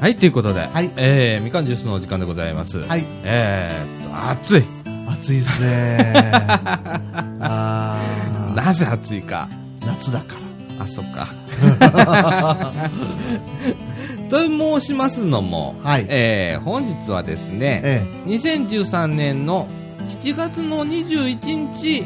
はい、ということで、はいえーみかんジュースのお時間でございます。はいえーっと、暑い。暑いで すねあーなぜ暑いか。夏だかあ、そ っか。と申しますのも、はいえー本日はですらね、え2013年の7月の21日、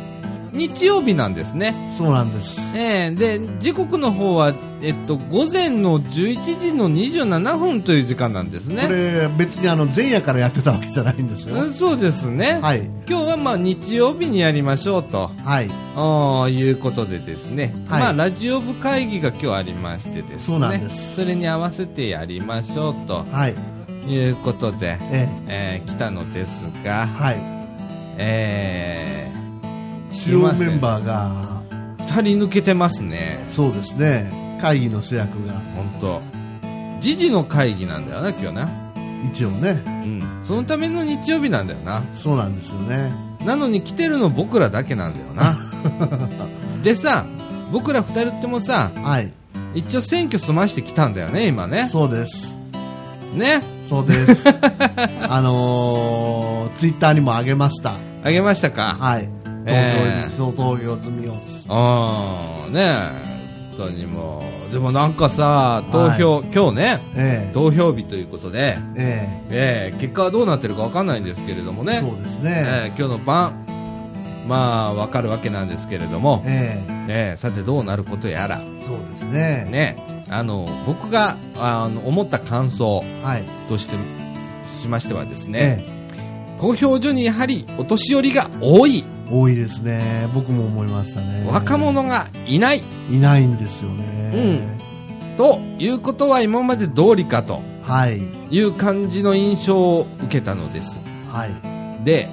日曜日なんですね。えそうなんですえーで、時刻の方は、えっと、午前の11時の27分という時間なんですこね。れ別にあの前夜からやってたわけじゃないんですようんそうですね。はい今日はまあ日曜日にやりましょうと。はいあーいうことでですね、はいまあラジオ部会議が今日ありましてですねそうなんですそれに合わせてやりましょうとはいいうことで、ええー来たのですえが、はいえ主要メンバーがー、2人抜けてますねそうですね会議の主役が本当時事の会議なんだよな今日な一応ねうんそのための日曜日なんだよなそうなんですよねなのに来てるの僕らだけなんだよ なでさ僕ら2人ともさはい一応選挙済ましてきたんだよね今ねそうですねそうです あのー、ツイッターにも上げましたあげましたかはいええ投票,、投票済みをああねえ本当にもうでもなんかさ投票、今日ねええ投票日ということで、えええ結果はどうなってるかわかんないんですけれどもね、えそうですえねえ今日の晩まあわかるわけなんですけれども、ええええさてどうなることやらそうですねねあの僕があの思った感想はいとしてしましてはですね、ええ投票所にやはりお年寄りが多い多いですね僕も思いましたね若者がいないいないんですよねということは今まで通りかとはいいう感じの印象を受けたのです。はいで、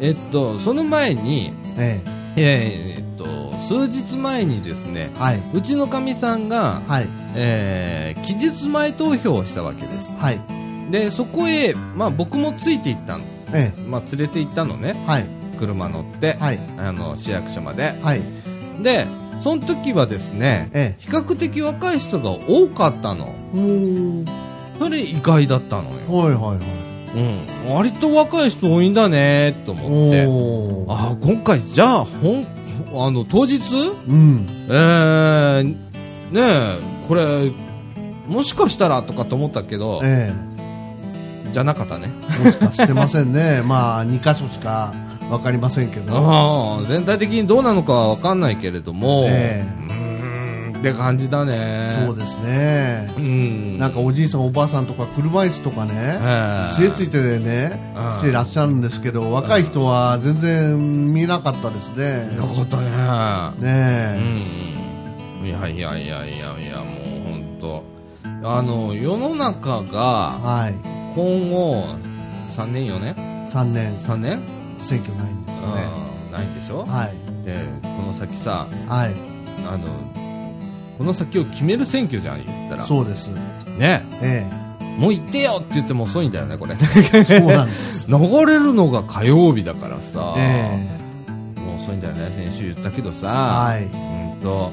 えっと、その前に、ええーえっと、数日前にですねえ、はいうちのかみさんが、はいえー期日前投票をしたわけです。はいで、そこへ、まあ僕もついて行ったの。えまあ連れて行ったのねえ。はい車乗って、はいあの、市役所まで。はいで、その時はですね、え比較的若い人が多かったの。えうんそれ意外だったのよ。はいはいはいうん、割と若い人多いんだねと思っておーあー今回じゃあほんあの当日うんえー、ねえこれもしかしたらとかと思ったけどええじゃなかったねもしかしてませんね まあ2箇所しか分かりませんけどあー全体的にどうなのかは分かんないけれども、えうーんって感じだねそうですねうんなんかおじいさんおばあさんとか車椅子とかねええ杖ついてねうん来てらっしゃるんですけど若い人は全然見なかったですねよかったねねうんうんいやいやいやいやいやもう本当あの世の中えがはい今後3年4年3年3年、選挙ないんですよねうんないんでしょはいでこの先さはいあのこの先を決める選挙じゃん言ったらそうですねえもう行ってよって言っても遅いんだよねこれ えそうなんです流れるのが火曜日だからさ、ええもう遅いんだよね先週言ったけどさ、はいうんと、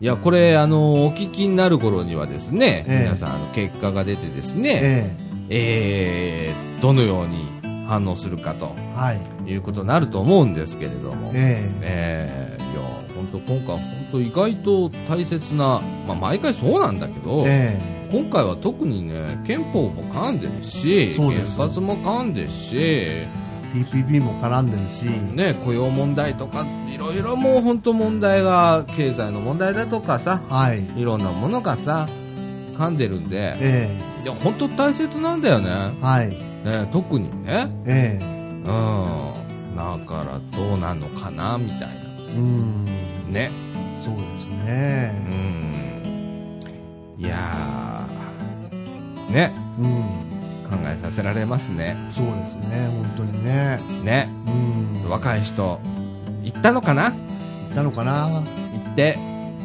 いや、これ、あの、お聞きになる頃にはですね、ええ皆さん、あの、結果が出てですね、ええーどのように反応するかとえはいいうことになると思うんですけれども、ええええいや、本当今回、本当意外と大切な、まあ、毎回そうなんだけど、え今回は特にね、憲法も噛んでるし、そう原です発も噛んでるし、え PPP も絡んでるしね、雇用問題とか、いろいろもう本当問題が、経済の問題だとかさ、はいいろんなものがさ、噛んでるんで、えいや、本当大切なんだよねえ。はいね特にね。えうん。だから、どうなのかな、みたいえな。うんね。そうですうねん。いやー、ね。うん考えさせられますね。そうですね本当にねね。うん若い人、行ったのかな行ったのかな行って、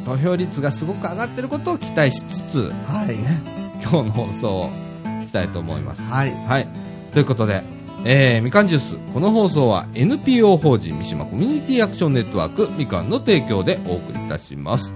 投票率がすごく上がってることを期待しつつ、はい今日の放送をしたいと思います。はいはい。ということで、えー、みかんジュース。この放送は NPO 法人三島コミュニティアクションネットワークみかんの提供でお送りいたします。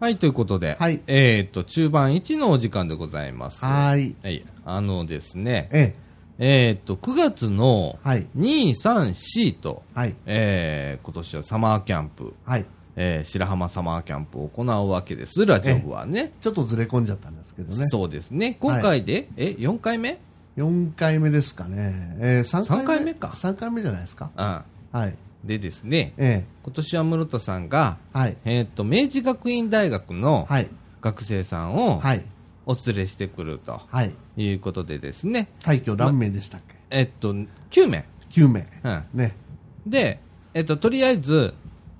はい、ということで、はいえーっと、中盤1のお時間でございます。はーい。はい。あのですね、ええーっと、9月のはい2、3、4と、え、はい、えー今年はサマーキャンプ、はい。えー白浜サマーキャンプを行うわけです、ラジオ部はね。ちょっとずれ込んじゃったんですけどね。そうですね。今回で、え、4回目4回目ですかね。えー、3三回目回目か3回目じゃないですか。あはい。でですね、え今年は室田さんが、え、はい、えーっと、明治学院大学のはい、学生さんをはい、お連れしてくるとはい。いうことでですね、退去何名でしたっけ、えっと、9名。 ?9 名。うん。ね。で、えっと、とりあえず、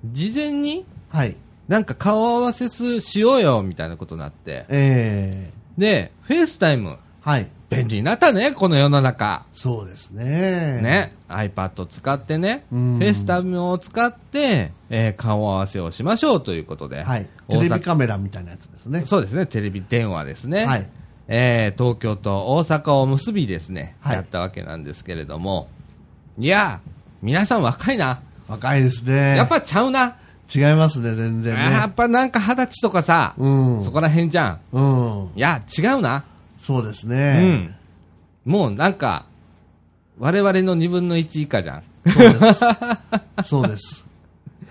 事前にはい。なんか顔合わせすしようよ、みたいなことになって。ええ、で、フェイスタイム。はい。便利になったね、この世の中。そうですね。。ね。iPad を使ってね。フうんェイスタイムを使って、えー顔合わせをしましょうということで。はい。大テレビ阪。カメラみたいなやつですね。そうですね、テレビ電話ですね。はい。えー東京と大阪を結びですね、はいやったわけなんですけれども、いやー、皆さん若いな。若いですね。やっぱちゃうな。違いますね、全然ね。やっぱなんか二十歳とかさ、うん。そこら辺じゃん。うん。いや、違うな。そうですうね。ん。もうなんか、我々の二分の一以下じゃん。そう です。そうです。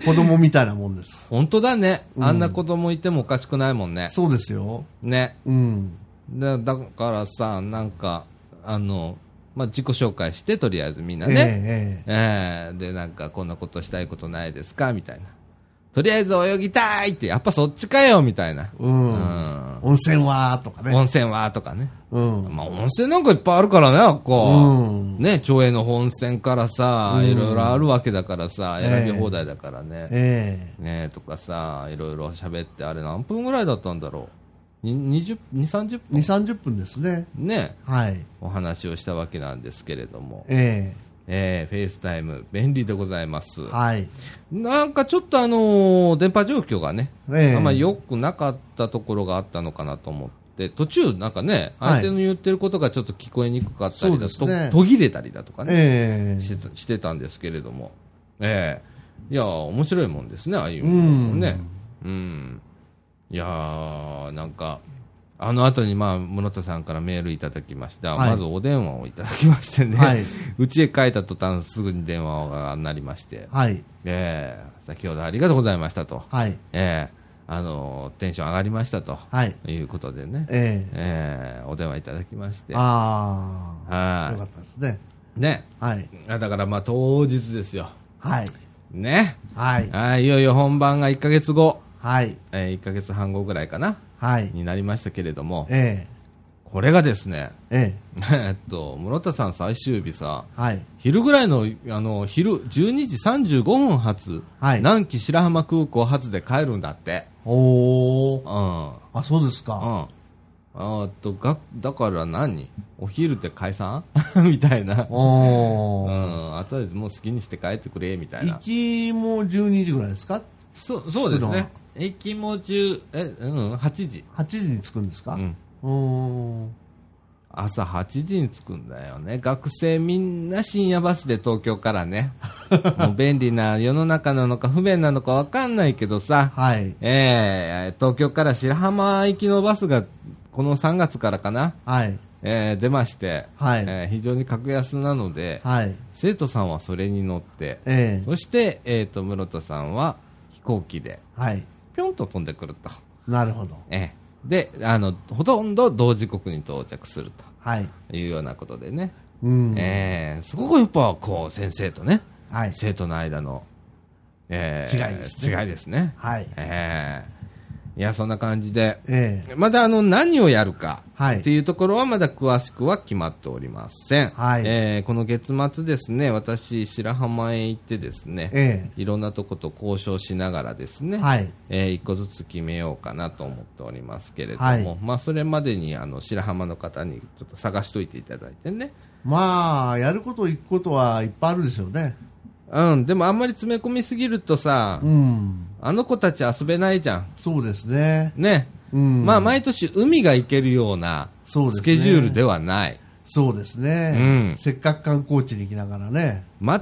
子供みたいなもんです。本当だね。うんあんな子供いてもおかしくないもんね。そうですよ。ね。うん。だだからさ、なんか、あの、まあ、自己紹介して、とりあえずみんなええね。えええー、で、なんか、こんなことしたいことないですかみたいな。とりあえず泳ぎたいって、やっぱそっちかよみたいな。うん。うん温泉はとかね。温泉はとかね。うん。まあ、温泉なんかいっぱいあるからね、あっこ。うん。ね、町営の本線からさ、うんいろいろあるわけだからさ、ええ選び放題だからね。ええねとかさ、いろいろ喋って、あれ何分ぐらいだったんだろう。に20、20 30 2、分30分ですね。ね、はい。お話をしたわけなんですけれども。ええー、フェイスタイム、便利でございます。えはい。なんかちょっとあのー電波状況がね、ええあんまり良くなかったところがあったのかなと思って、途中なんかね、は相い手の言ってることがちょっと聞こえにくかったりだそと、うですね途切れたりだとかね、ええししてたんですけれども、ええいやー、面白いもんですね、ああいうのもね。うん。いやー、なんか、あの後に、まあ、室田さんからメールいただきました。はいまずお電話をいただきましてね。はい うちへ帰った途端、すぐに電話が鳴りまして。はい。ええ先ほどありがとうございましたと、はい。ええあのテンション上がりましたと、はい。い、うことでね、ええええお電話いただきまして、ああ。よかはったですね。いね、はい。あだからまあ当日ですよ、はい。ね、はい。あいよいよ本番が1ヶ月後、はい。え1ヶ月半後ぐらいかな、はい。になりましたけれども、えこれがですね、 えええっと、室田さん最終日さ、えはい。昼ぐらいの、あの、昼、12時35分発、はい南紀白浜空港発で帰るんだって。おうー。ん。あ、そうですうか。ん。あーっと、が、だから何お昼って解散 みたいな。うおー。ん。あとりあえずもう好きにして帰ってくれ、みたい行な。きも12時ぐらいですかそそうですね。駅も中、え、うん、8時。 ?8 時に着くんですかうん。うーん。朝8時に着くんだよね。学生みんな深夜バスで東京から ね。もう便利な世の中なのか不便なのかわかんないけどさ。はい。えー、東京から白浜行きのバスが、この3月からかな、はい。えー出まして、はいえー非常に格安なので、はい。生徒さんはそれに乗って、ええそして、えー、と室田さんは飛行機ではい。ぴょんと飛んでくると、なるほど。えーであのほとんど同時刻に到着するはい。というようなことでね、うん。えーすごくやっぱこう先生とね、はい。生徒の間の、え違いですね違いですね。はい。えーいやそんな感じでええまだあの何をやるかはいっていうところはまだ詳しくは決まっておりません、はいえーこの月末ですね私白浜へ行ってですねえいろんなとこと交渉しながらですね、えはい。えー一個ずつ決めようかなと思っておりますけれども、はいまあそれまでにあの白浜の方にちょっと探しといていただいてねまあ、やること、行くことはいっぱいあるでしょうね。うんでもあんまり詰め込みすぎるとさ、うん。あの子たち遊べないじゃんそうですね。ねうん。まあ、毎年海が行けるようなそうですスねケジュールではない。そうですね。うんせっかく観光地に行きながらね。全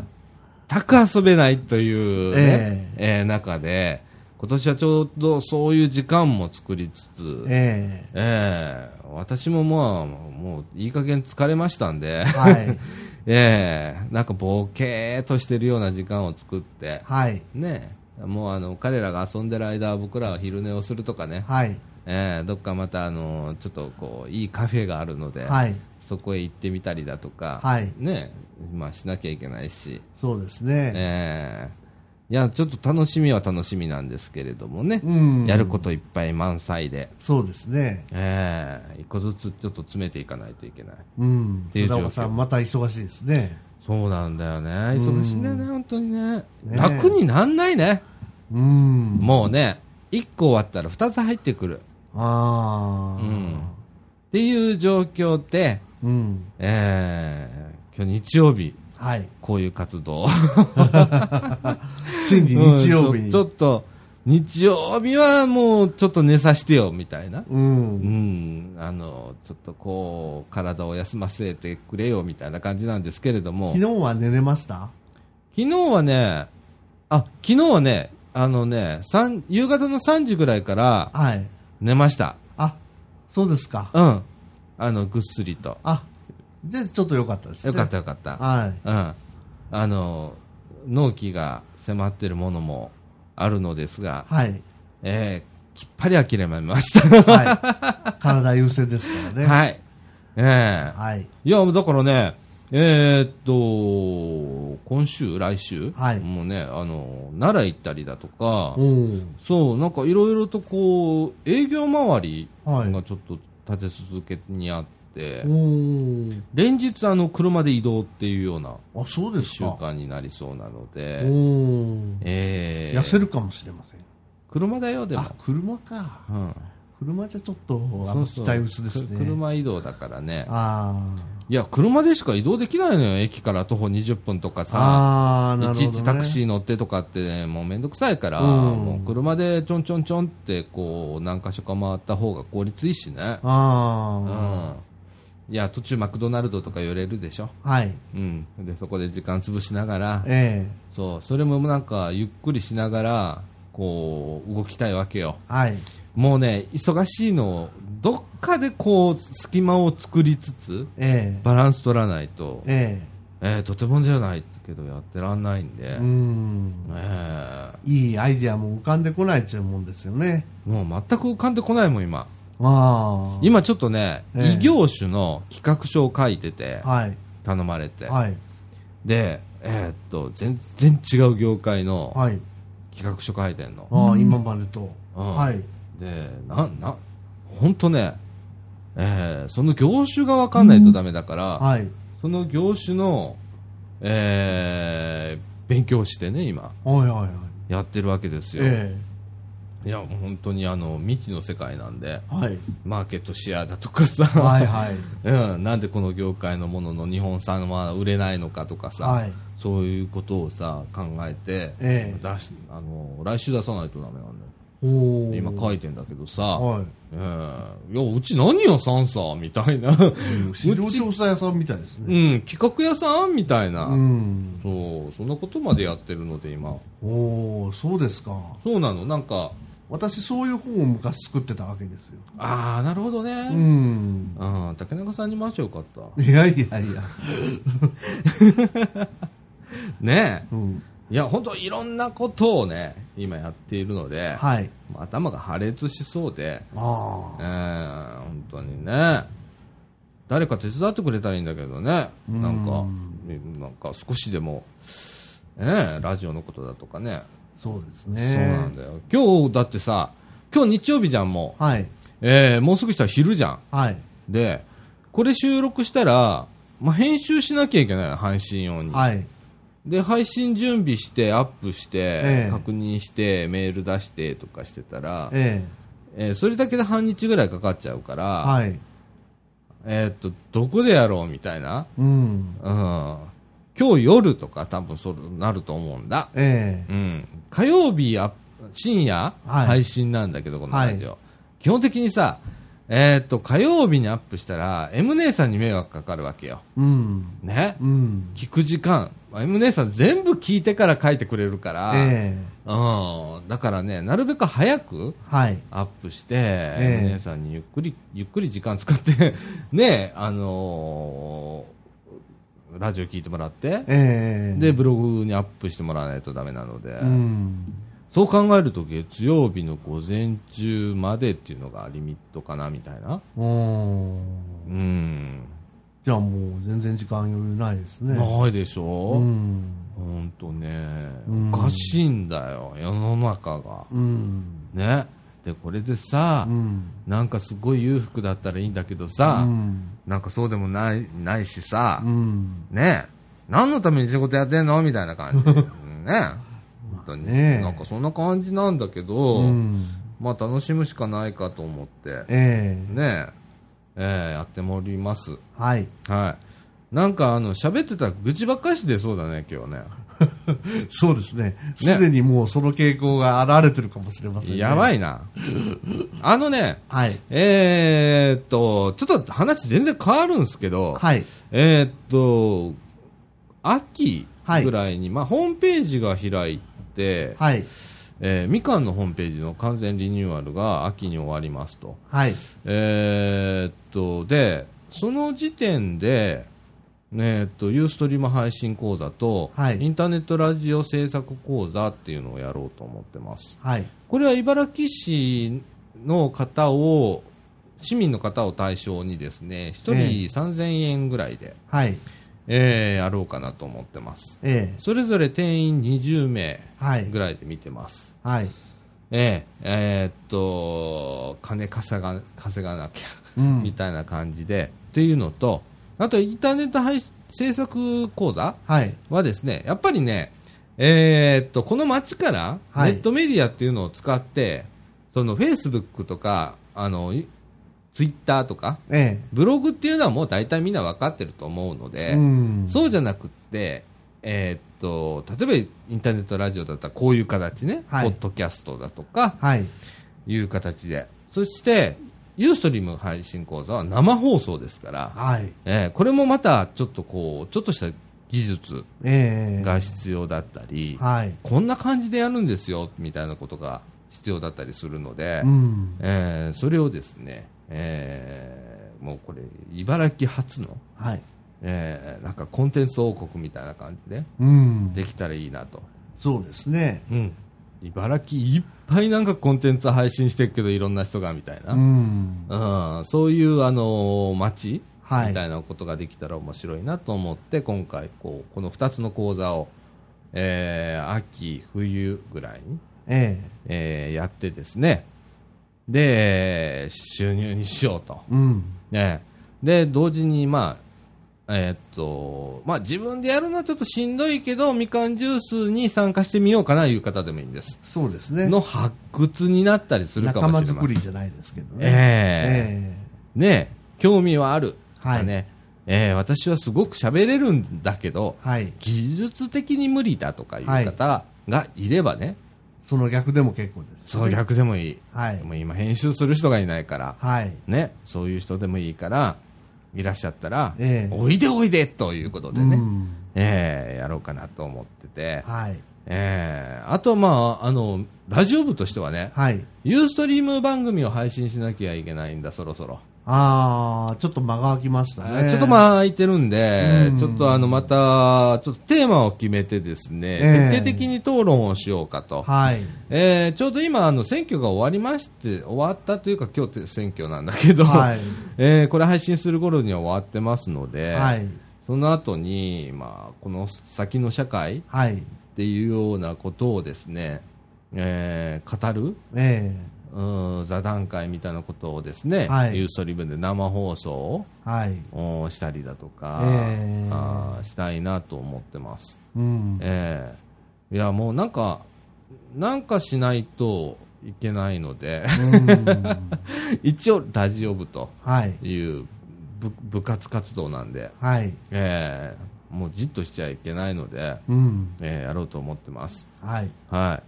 く遊べないという、ねええー中で、今年はちょうどそういう時間も作りつつ、えええ私もまあ、もういい加減疲れましたんで、えはい。 ええなんかボケーっとしてるような時間を作って、はい。ねえ、もうあの彼らが遊んでる間は僕らは昼寝をするとかね、はい。ええどっかまたあのちょっとこういいカフェがあるので、はい。そこへ行ってみたりだとか、はいねえまあ、しなきゃいけないし、そうですね。ええいやちょっと楽しみは楽しみなんですけれどもね、うんやることいっぱい満載で、そうですね。ええ一個ずつちょっと詰めていかないといけない。うん。ていう状況村岡さん、また忙しいですね。そうなんだよね。忙しいんだよね、本当にね。ねえ楽になんないね。うん。もうね、1個終わったら2つ入ってくる。あうあ。ん。っていう状況で、うん。えー、今日日曜日、はい。こういう活動。ついに日曜日うんにち。ょちょっと、日曜日はもうちょっと寝させてよ、みたいな。う。うんん、あの、ちょっとこう、体を休ませてくれよ、みたいな感じなんですけれども。昨日は寝れました昨日はね、あ、昨日はね、あのね、三夕方の3時ぐらいからはい。寝ました。あ、そうですか。うん。あの、ぐっすりと。あ、じゃあちょっと良かったですね。よかったよかった。はい。うん。あの、納期が迫ってるものもあるのですが、はい。えー、きっぱり諦めました。はい。体優先ですから ね。はい。ええはい。いや、だからね、えーっと、今週、来週、はいもうね、あの、奈良行ったりだとか、うん。そう、なんかいろいろとこう、営業周りはいがちょっと立て続けにあって、うん。連日あの車で移動っていうようなあ、そう1です週か。間になりそうなのうで、ん。えー痩せるかもしれません。車だよ、でもあ。、車か。うん、車じゃちょっと、あその、うそう期待薄ですね。く車移動だからね。あーいや、車でしか移動できないのよ。駅から徒歩20分とかさ。あー、なるいちほど、ね。いちタクシー乗ってとかってね、もうめんどくさいから、うんもう車でちょんちょんちょんってこう、何箇所か回った方が効率いいしね。うあんいや、途中マクドナルドとか寄れるでしょ。あ、はい。うん。で、そこで時間潰しながら、えそう、それもなんか、ゆっくりしながら、こう、動きたいわけよ。えはい。もうね、忙しいのを、どっかでこう、隙間を作りつつ、ええバランス取らないと、ええーとてもじゃないけど、やってらんないんで、えうん。えいいアイデアも浮かんでこないっちゅうもんですよね。ーもう全く浮かんでこないもん、今。ああ。今ちょっとね、ええ異業種の企画書を書いてて、はい。頼まれて。はい。で、えーっと、全然違う業界のはい。企画書書いてんの。ああ、今までと。うんはい。で、な、な、ほんとね、えーその業種がわかんないとダメだから、はい。その業種の、えー勉強してね、今、はいはいはい。やってるわけですよ。えいや、もう本当にあの、未知の世界なんで、え はい。マーケットシェアだとかさ、はいはい。 うん、なんでこの業界のものの日本産は売れないのかとかさ、はいそういうことをさ考えて、ええ出しあの来週出さないとダメなんだよおお。今書いてんだけどさ、はええいやうち何屋さんさみたいな、い。うん市場調査屋さんみたいですね。うん、企画屋さんみたいな、うん。そうそんなことまでやってるので今おお、そうですか。そうなのなんか私、そういう本を昔作ってたわけですよ。ああなるほどね、うーん。あー竹中さんに回してよかったいや いやいや。ねうん。えいや本当いろんなことをね今やっているので、はい。もう頭が破裂しそうで、あえあ。ー、本当にね、誰か手伝ってくれたらいいんだけどね、なんか、なんか少しでも、ね、ラジオのことだとかね、そうですそうなねん。だよ。今日だってさ、今日日曜日じゃん、もう。はい。えー、もうすぐしたら昼じゃん。はい。で、これ収録したら、まあ、編集しなきゃいけないの配信用に。はい。で、配信準備して、アップして、ええ確認して、メール出してとかしてたら、ええーそれだけで半日ぐらいかかっちゃうから、え。はい。えーっと、どこでやろうみたいな。うん。うん。今日夜とか多分そうなると思うんだ。えうん。火曜日あ深夜、はい配信なんだけど、このラジオ。基本的にさ、えーっと、火曜日にアップしたら、M 姉さんに迷惑かかるわけよ。え。うん。ね。うん。聞く時間、まあ M 姉さん全部聞いてから書いてくれるから、えうん、だからね、なるべく早くえはい。アップして、ええ M 姉さんにゆっくり、ゆっくり時間使って、 ね、あのーラジオ聞いてもらって、ええで、ブログにアップしてもらわないとダメなので、うん。そう考えると月曜日の午前中までっていうのがリミットかなみたいな。うん。うん。じゃあもう全然時間余裕ないですね。ないでしょ、うん。ほんとね、うんおかしいんだよ、世の中が。うん。ね。で、これでさう、ん。なんかすごい裕福だったらいいんだけどさ、うん。なんかそうでもない、ないしさ、うん。ね何のために仕事やってんのみたいな感じ。 うんね本当に。ねなんかそんな感じなんだけど、うんまあ楽しむしかないかと思って、ええねえ、ええやっております。はい。はい。なんかあの、喋ってたら愚痴ばっかりしてそうだね、今日はね。そうですね。すでにもうその傾向が現れてるかもしれませんね。やばい。いな。あのね、はい。えー、っと、ちょっと話全然変わるんですけど、はい。えー、っと、秋はいぐらいに、まあ、ホームページが開いて、はい。えーみかんのホームページの完全リニューアルが秋に終わりますと。はい。えーっと、で、その時点で、ねえっと、ユーストリーム配信講座と、はいインターネットラジオ制作講座っていうのをやろうと思ってます。はい。これは茨城市の方を、市民の方を対象にですね、一人ええ3000円ぐらいで、はい。えーやろうかなと思ってます。ええそれぞれ定員20名はいぐ。らいで見てます。はい。えええーっと、金稼が稼がなきゃ、うんみたいな感じで、っていうのと、あとインターネット配制作講座はい。はですね、やっぱりね、えーっと、この街からはネいットメディアっていうのを使って、その Facebook とか、あの、Twitter とか、えブログっていうのはもう大体みんな分かってると思うのえで、うん。そうじゃなくって、えーっと、例えばインターネットラジオだったらこういう形ね、はいポッドキャストだとか、はい。いう形で。そして、ユーストリーム配信講座は生放送ですから、はい。えーこれもまたちょっとこう、ちょっとした技術ええが必要だったり、はい。こんな感じでやるんですよ、みたいなことが必要だったりするので、うん。えーそれをですね、えーもうこれ、茨城初の、はい。えーなんかコンテンツ王国みたいな感じで、うん。できたらいいなと。そうですね。茨城いっぱいなんかコンテンツ配信してるけど、いろんな人がみたいな。うん。うんそういう、あのー街はいみたいなことができたら面白いなと思って、今回こう、この2つの講座を、えー秋、冬ぐらいに、ええーやってですね、で、収入にしようと。えうん。ね、で、同時に、まあ、えーっと、まあ自分でやるのはちょっとしんどいけど、みかんジュースに参加してみようかないう方でもいいんです。そうですね。の発掘になったりするかも仲しれません。間作りじゃないですけどね。えええねえ、興味はある。はいだね。ええ私はすごく喋れるんだけど、えはい。技術的に無理だとかいう方がいればね、その逆でも結構です。そう逆でもいい。はいでも今編集する人がいないから、はい。ね、そういう人でもいいから、いらっしゃったら、ええおいでおいでということでね、うんええやろうかなと思ってて、はい。ええあとはまあ、あの、ラジオ部としてはね、はい。ユーストリーム番組を配信しなきゃいけないんだ、そろそろ。ああ、ちょっと間が空きましたね。ちょっとまあ空いてるんで、うんちょっとあのまた、ちょっとテーマを決めてですね、ええ徹底的に討論をしようかと。はい。えーちょうど今、あの選挙が終わりまして、終わったというか、今日って選挙なんだけど、はい えーこれ配信する頃には終わってますので、はい。その後に、まあ、この先の社会っはい。ていうようなことをですね、えー語るえうん座談会みたいなことをですね、はいユーストリームで生放送をえはい。をしたりだとか、ええあーしたいなと思ってます。うん。ええいや、もうなんか、なんかしないといけないので、うん 一応ラジオ部とはい。いう部部活活動なんで、はい。ええもうじっとしちゃいけないので、うん。ええやろうと思ってます。はい。はい。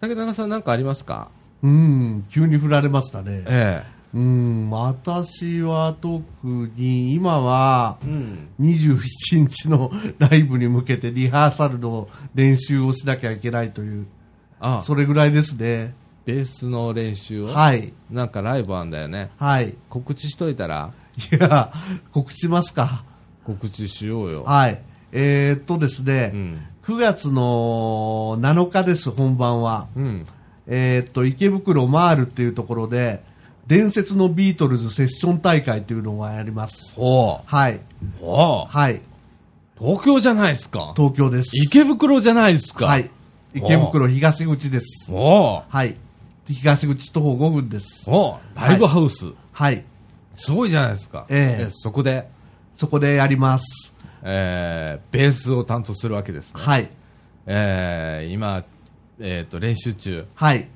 竹中さんなんかありますかうん。急に振られましたね。ええうん、私は特に今はうん。 21日のライブに向けてリハーサルの練習をしなきゃいけないという、あ、それぐらいですね。ベースの練習を、はい。なんかライブあんだよね。はい。い告知しといたらや、告知しますか。告知しようよ。はい。えー、っとですね、うん。 9月の7日です、本番は。うん。えーっと、池袋マールっていうところで、伝説のビートルズセッション大会っていうのをやります。ほはい。う。ほう。はい。東京じゃないですか。東京です。池袋じゃないですか。はい。池袋東口です。おう。はい。東口徒歩5分です。おう。ライブハウス。はい。すごいじゃないですか。ええそこで、そこでやります。えー、ベースを担当するわけですね。はい。えー、今、えっ、と、練習中。はい。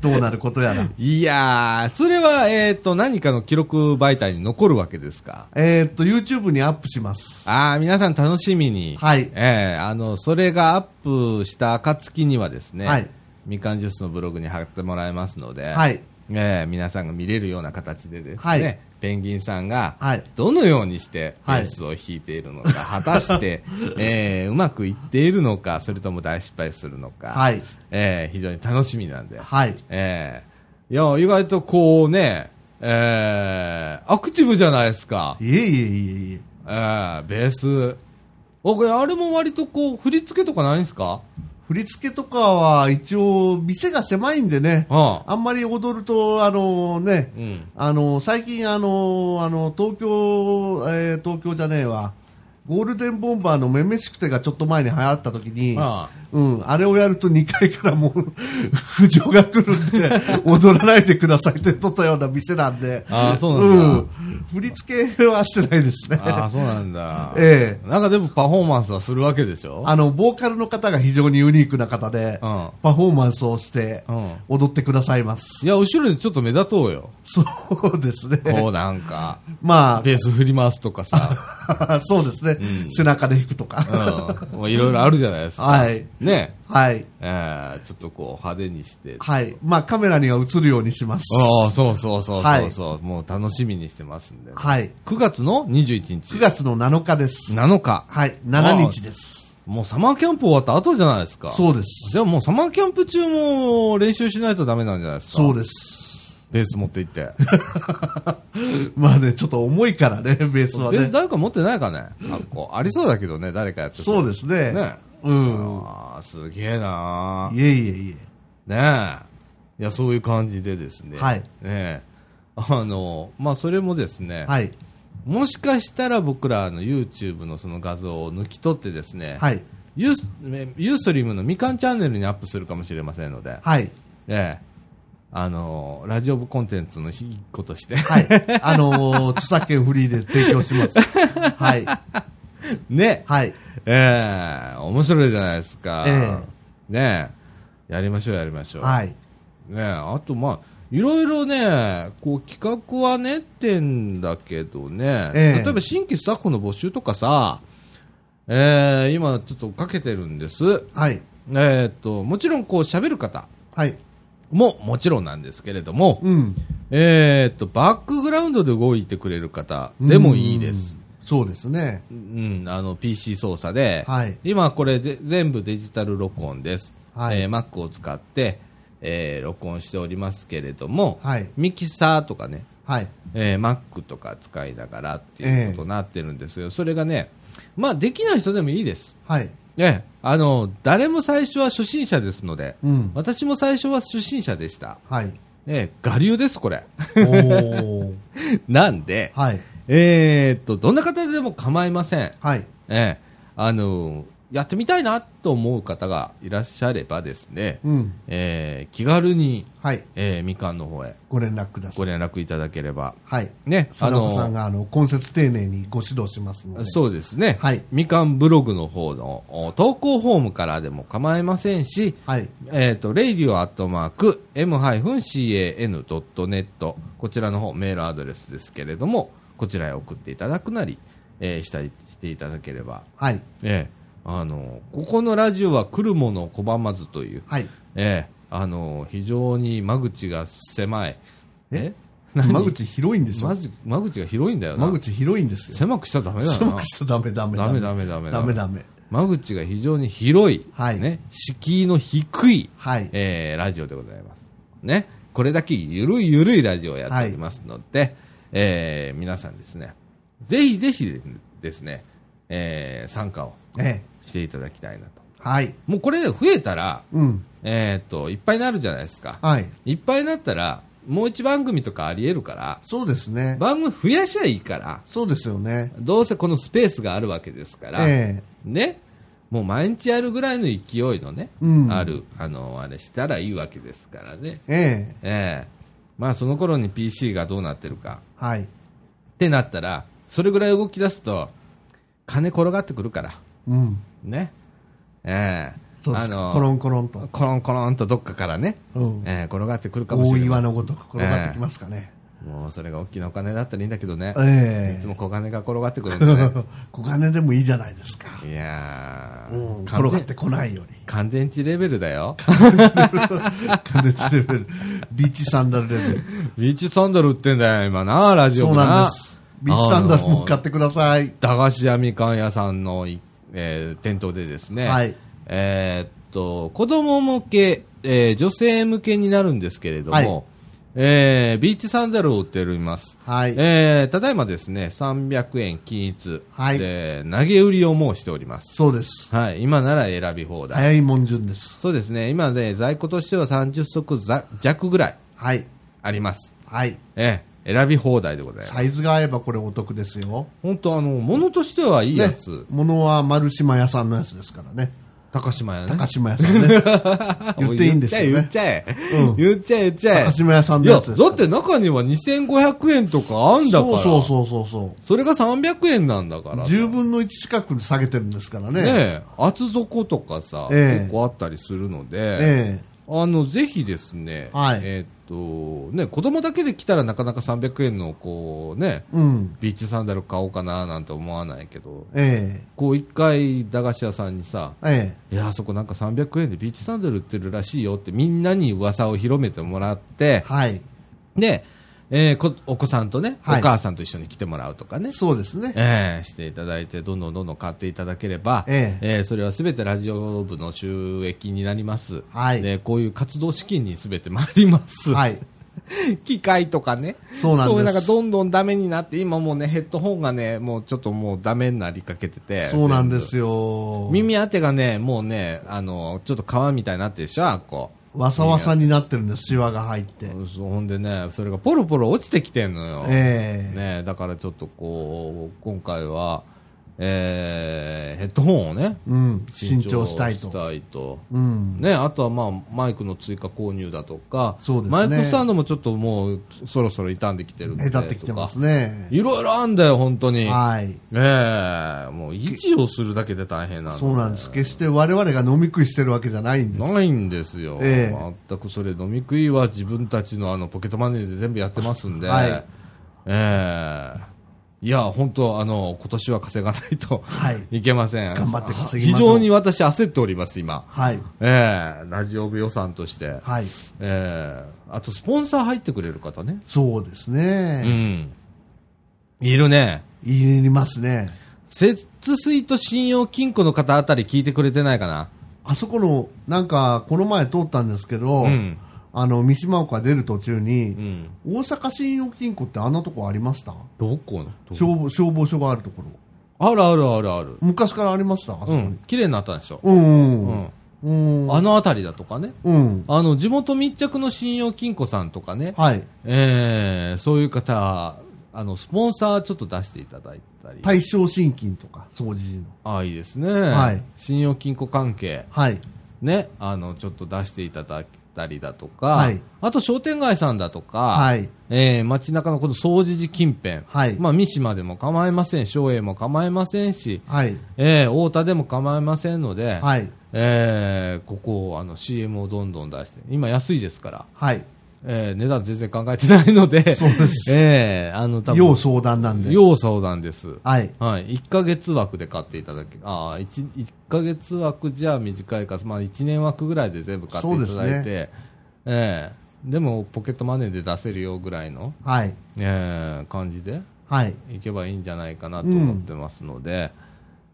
どうなることやら。いやー、それは、えっ、と、何かの記録媒体に残るわけですか。えーっと、YouTube にアップします。ああ、皆さん楽しみに。はいええあの、それがアップした暁にはですね。はいみかんジュースのブログに貼ってもらえますので。はいええ皆さんが見れるような形でですね。はいペンギンさんが、はいどのようにして、ベはいースを弾いている のか、果たして、ええうまくいっているのか、それとも大失敗するのか、はいええ非常に楽しみなんで、はい。ええいや、意外とこうね、ええアクティブじゃないですか。いえいえいえいえ。えー、ベース。おこれあれも割とこう、振り付けとかないんすか振り付けとかは一応店が狭いんでね。あああんまり踊ると、あのね、うんあの最近あの、あの東京、えー東京じゃねえわ、ゴールデンボンバーのめめしくてがちょっと前に流行った時に、ああうん、あれをやると2階からもう 苦情が来るんで、踊らないでくださいって取ったような店なんで、ああそうなんだうん振り付けはしてないですね。。ああ、そうなんだ ええ。なんかでもパフォーマンスはするわけでしょあの、ボーカルの方が非常にユニークな方で、うんパフォーマンスをしてうん、踊ってくださいます。いや、後ろでちょっと目立とうよ。そうですね。こうなんか、まベース振り回すとか さ、あ、そうですね、背中で弾くとか。うん。もういろいろあるじゃないですか。はいね。はい。えー、ちょっとこう派手にして。はい。まあ、カメラには映るようにします。ああ、そうそうそうはそういそう、もう楽しみにしてますんで、はい。 9月の21日。 9月の7日です。 7日。はい。7日です。もうサマーキャンプ終わった後じゃないですか。そうです。じゃあもうサマーキャンプ中も練習しないとダメなんじゃないですか。そうす。です。ベース持って行って。まあね、ちょっと重いからね、ベースはベースね。誰か持ってないかね。あこうありそうだけどね、誰かやってうそうですね。ね。うん。ああ、すげえないえいえいえ。ねえ。いや、そういう感じでですね。はいねえ。あの、まあ、それもですね、はい。もしかしたら僕らの YouTube のその画像を抜き取ってですね、はい。ユースユーストリームのみかんチャンネルにアップするかもしれませんので、はい。ええ。あの、ラジオ部コンテンツの一個として。はい。あのー、著作権フリーで提供します。はい。 ね。はい。ええ面白いじゃないですか。えねえ。やりましょう、やりましょう。はい。ねえ、あとまあ、いろいろね、こう企画は練ってんだけどね、ええ例えば新規スタッフの募集とかさ、ええ今ちょっとかけてるんです。はい。えっ、と、もちろんこう喋る方はい。ももちろんなんですけれども、うん。えっ、と、バックグラウンドで動いてくれる方でもいいです。うん。そうですね。うん、あの PC 操作で、はい今これぜ全部デジタル録音です、はいえー Mac を使って、えー録音しておりますけれども、はいミキサーとかね、はい。えー Mac とか使いながらっていうことになってるんですよ、それがね、まあ、できない人でもいいです、はい。ね、あの誰も最初は初心者ですので、うん私も最初は初心者でした、 はい。えー、我流です、これ。 おー。なんで、はい。えーっと、どんな方でも構いません。はい。ええ、あのやってみたいなと思う方がいらっしゃればですね、うん。ええ気軽に、はい。ええみかんの方へご連絡くださごい。連絡いただければ、はい。ね、佐野さんが、あの、今節丁寧にご指導しますので。う。そうですね、はいみかんブログの方のお投稿フォームからでも構いませんし、はい。えっ、と、radio.m-can.net こちらの方メールアドレスですけれども、こちらへ送っていただくなり、えーしたりしていただければはい。ええ、あの、ここのラジオは来るものを拒まずという、はい。ええ、あの、非常に間口が狭い。え何間口広いんですまよ。ず間口が広いんだよな。間口広いんですよ。狭くしちゃダメだよな。狭くしたらダメダメダメダメダメダメダメ。間口が非常に広い、はいね、敷居の低い、はいえーラジオでございます。ね、これだけゆるいゆるいラジオをやっておりますので、えー皆さんですね、ぜひぜひですね、えー参加をええ。していただきたいなと。はい。もうこれ増えたら、うん。えーっと、いっぱいになるじゃないですか。はい。いっぱいになったら、もう一番組とかあり得るから、そうですね。番組増やしゃいいから、そうですよね。どうせこのスペースがあるわけですから、ええ。ね、もう毎日やるぐらいの勢いのね、うんある、あの、あれしたらいいわけですからね。ええ。ええまあその頃に PC がどうなってるかはい。ってなったら、それぐらい動き出すと、金転がってくるから、うん。ね。ええそうですコロンコロンと。コロンコロンとどっかからね、うん。ええ転がってくるかもし大れな岩い。のごとく転がってきますかね。もうそれが大きなお金だったらいいんだけどね。いえつえ。も小金が転がってくるん だね。小金でもいいじゃないですか。いやうー、ん。乾転電がってこな いように。乾電池レベルだよ。 関熱レベル。ビーチサンダルレベル。ビーチサンダル売ってんだよ、今な、ラジオそうもなんな。です。ビーチサンダルも買ってください。駄菓子屋みかん屋さんのい、えー店頭でですね、はいえーっと、子供向け、えー女性向けになるんですけれども、はいえービーチサンダルを売っております。はい。えーただいまですね、300円均一はいで、投げ売りをもうしております。そうです。はい、今なら選び放題。早いもん順です。そうですね、今ね、在庫としては30足ざ弱ぐらいはい。あります。はい。えー選び放題でございます。サイズが合えばこれお得ですよ。本当あの、物としてはいいやつ。ね物は丸島屋さんのやつですからね。高島屋ね。高島屋さん ね。言っていいんですよ言っね。ちゃえ、うん言っちゃえ、言っちゃえ。高島屋さんのやつですいや、だって中には2500円とかあんだかそら。うそうそうそうそそれが300円なんだから。う。10分の1近く下げてるんですからね。ねえ厚底とかさ、ええ結構あったりするので、えあの、ぜひですね、はいえーっと、ね、子供だけで来たらなかなか300円の、こうね、えうん。ビーチサンダル買おうかななんて思わないけど、えこう一回駄菓子屋さんにさ、ええいや、あそこなんか300円でビーチサンダル売ってるらしいよってみんなに噂を広めてもらっえて、はい。で、えーこお子さんとね、はいお母さんと一緒に来てもらうとかね、そうですね。えーしていただいて、どんどんどんどん買っていただければ、ええーそれはすべてラジオ部の収益になります。はいでこういう活動資金にすべて回ります。はい。 機械とかね。そうなんでそすういうなんかどんどんダメになって、今もうね、ヘッドホンがね、もうちょっともうダメになりかけてて。そうなんで全部すよ。耳当てがね、もうね、あの、ちょっと皮みたいになってるでしょ、あっこわさわさになってるんです。シワが入って。そうほんでね、それがポロポロ落ちてきてんのよ。ええねだからちょっとこう、今回は、えー、ヘッドホンをね、うん。新調したい新調と。したいとうん。ね、あとはまあ、マイクの追加購入だとか、そうですマねイクスタンドもちょっともう、そろそろ傷んできてるんで。目立ってきてますね。ね。いろいろあんだよ、本当に。はい。ええもう維持をするだけで大変なんだよそうなんです。決して我々が飲み食いしてるわけじゃないんです。ないんですよ、ええ全くそれ、飲み食いは自分たちのあのポケットマネーで全部やってますんで、はいええいや、本当、あの今年は稼が ないと、、はいけません、頑張って稼ぎ非ましょ常うに私、焦っております、今、はい。ええラジオ部予算として、はい。ええあとスポンサー入ってくれる方ね、そうですうね。ん、いるね、言いますね。節水と信用金庫の方あたり聞いてくれてないかな、あそこの、なんか、この前通ったんですけど、うんあの、三島岡出る途中うに、ん、大阪信用金庫ってあんなとこありましたどこのどこ消防消防署があるところ。あるあるあるある。昔からありましたあそこうにん。綺麗になったんでしょ。うん。うん。うん。あの辺りだとかね。うん。あの、地元密着の信用金庫さんとかね。はい。えー、そういう方、あの、スポンサーちょっと出していただいたり。対象信金とか、掃除時の。ああ、いいですね。はい信用金庫関係、はい。ね。あの、ちょっと出していただいたりだとか。はいあと、商店街さんだとか。はい。えー、街中のこの掃除時近辺。はいまあ、三島でも構いません。松栄も構いませんし。はい。えー、太田でも構いませんので。はい。えーここ、あの、CM をどんどん出して、今安いですから、はい。えー値段全然考えてないので、そうです。 ええあの、多分要相談なんで。要相談です。はい。はい。1ヶ月枠で買っていただけ、ああ、1、一ヶ月枠じゃ短いか、まあ1年枠ぐらいで全部買っていたそうだでいすて、ええでもポケットマネーで出せるよぐらいの、はい。ええ感じではい。いけばいいんじゃないかなと思ってますので、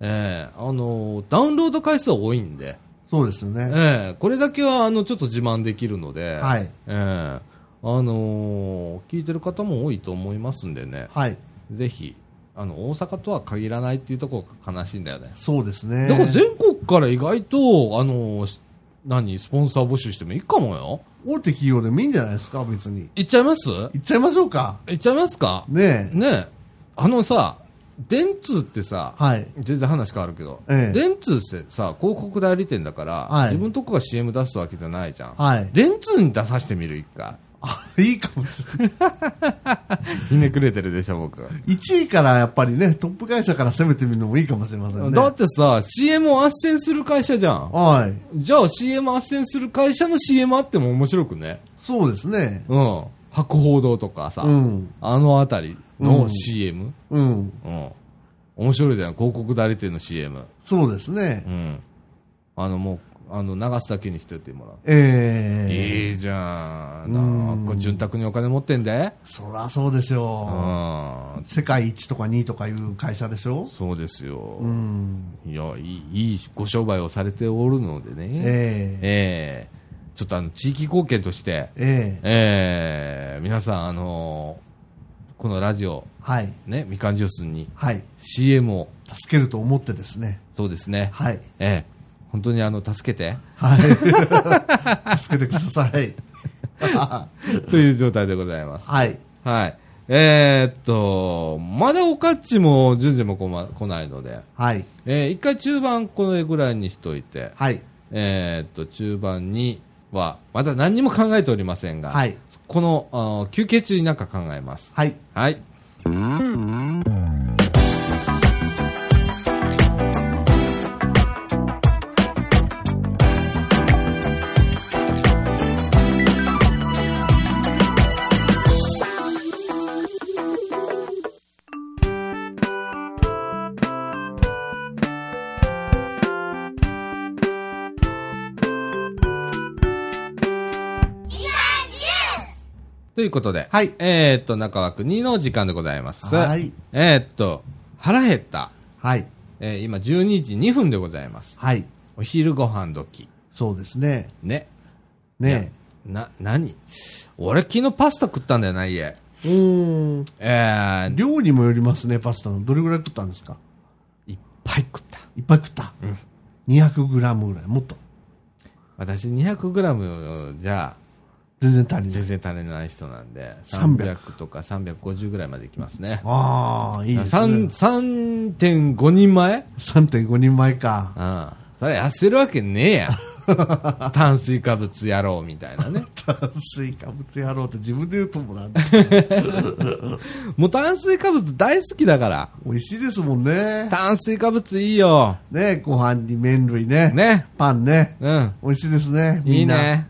ええあの、ダウンロード回数は多いんで、そうですよね。ええこれだけは、あの、ちょっと自慢できるので、はいええあのー聞いてる方も多いと思いますんでね、はい。ぜひ、あの、大阪とは限らないっていうところが悲しいんだよね。そうですね。だから全国から意外と、あのーし何、スポンサー募集してもいいかもよ。大手企業でもいいんじゃないですか、別に。行っちゃいます行っちゃいましょうか。行っちゃいますかねえ。ねえ。あのさ、電通ってさ、はい。全然話変わるけど、ええ電通ってさ、広告代理店だから、はい自分とこが CM 出すわけじゃないじゃん。はい。電通に出させてみる、一 回。あ、いいかもしれない。ひねくれてるでしょ、僕。 1位からやっぱりね、トップ会社から攻めてみるのもいいかもしれませんね。だってさ、CM を斡旋する会社じゃん。はい。じゃあ CM 斡旋する会社の CM あっても面白くね。そうですね。うん。博報堂とかさ、うん。あのあたりうのん CM。うん。うん。面白いじゃん、広告代理店の CM。そうですねう。ん。あの、もう、あの、流すだけにしておいてもらう。ええいいじゃん。うんなんか、潤沢にお金持ってんで。そらそうでしうょんう。。世界一とか2とかいう会社でしょそうですよう。ん。いや、いい、いいご商売をされておるのでね。ええええちょっとあの、地域貢献として、ええええ皆さん、あのーこのラジオ、はい。ね、みかんジュースにはい。 CM を、助けると思ってですね。そうですね。はい。ええ本当にあの、助けて、 はい。助けてください。という状態でござい ます。はい。はい。えーっと、まだおかっちも、順次もこま、来ないので、はい。えー一回中盤これぐらいにしといて、はい。えーっと、中盤には、まだ何にも考えておりませんが、はい。この、あー休憩中になんか考えます。はい。はい。ということで、はいえーっと、中枠2の時間でございます。はい。えーっと、腹減った。はい。えー今12時2分でございます。はい。お昼ご飯時。そうですね。ね。ねな、何俺昨日パスタ食ったんだよな、家。うーん。えー、量にもよりますね、パスタの。どれぐらい食ったんですかいっぱい食った。いっぱい食った。200グラムぐらい。もっと。私 200g じゃ、全然足りない全。然足りない人なんで、300 300とか350ぐらいまでいきますね。ああ、いいです三ね。 3.5人前3.5人前か。うん。それ痩せるわけねえ や。炭水化物やろうみたいなね。炭水化物野郎って自分で言うともなんだもう炭水化物大好きだから。美味しいですもんね。炭水化物いいよ。ねご飯に麺類ね。ね。パンね。うん。美味しいですね。いみいんな。ね。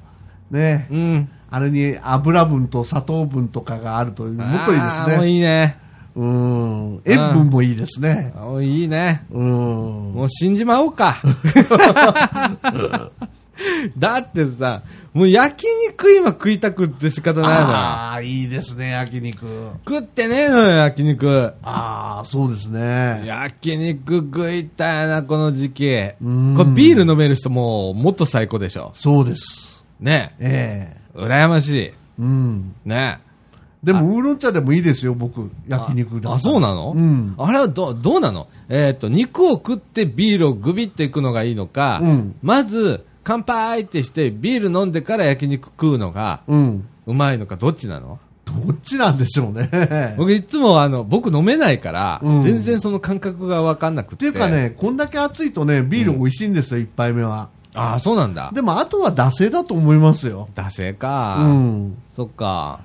ねうん。あれに油分と砂糖分とかがあるともっといいですあーもうね。いいね。うーん。塩分もいいですね。あもういいね。うーん。もう死んじまおう か。だってさ、もう焼肉今食いたくって仕方ないのよ。ああ、いいですね、焼肉。食ってねえのよ、焼肉。ああ、そうですね。焼肉食いたいな、この時期。んこれビール飲める人も、もっと最高でしょ。そうです。ねえ。え羨ましえうん。い。ねえ。でも、ウーロン茶でもいいですよ、僕。焼肉だあ、そうななのうんあれはど、どうなのえっ、と、肉を食ってビールをグビっていくのがいいのか、うんまず、乾杯ってしてビール飲んでから焼肉食うのが、うん。うまいのかどっちなのどっちなんでしょ うね。っ僕いつもあの、僕飲めないから、うん全然その感覚がわかんなくて。ていうか。ね、こんだけ暑いとね、ビール美味しいんですよ、一杯目は。ああ、そうなんだ。でも、あとは惰性だと思いますよ。惰性うか。ん。そっか。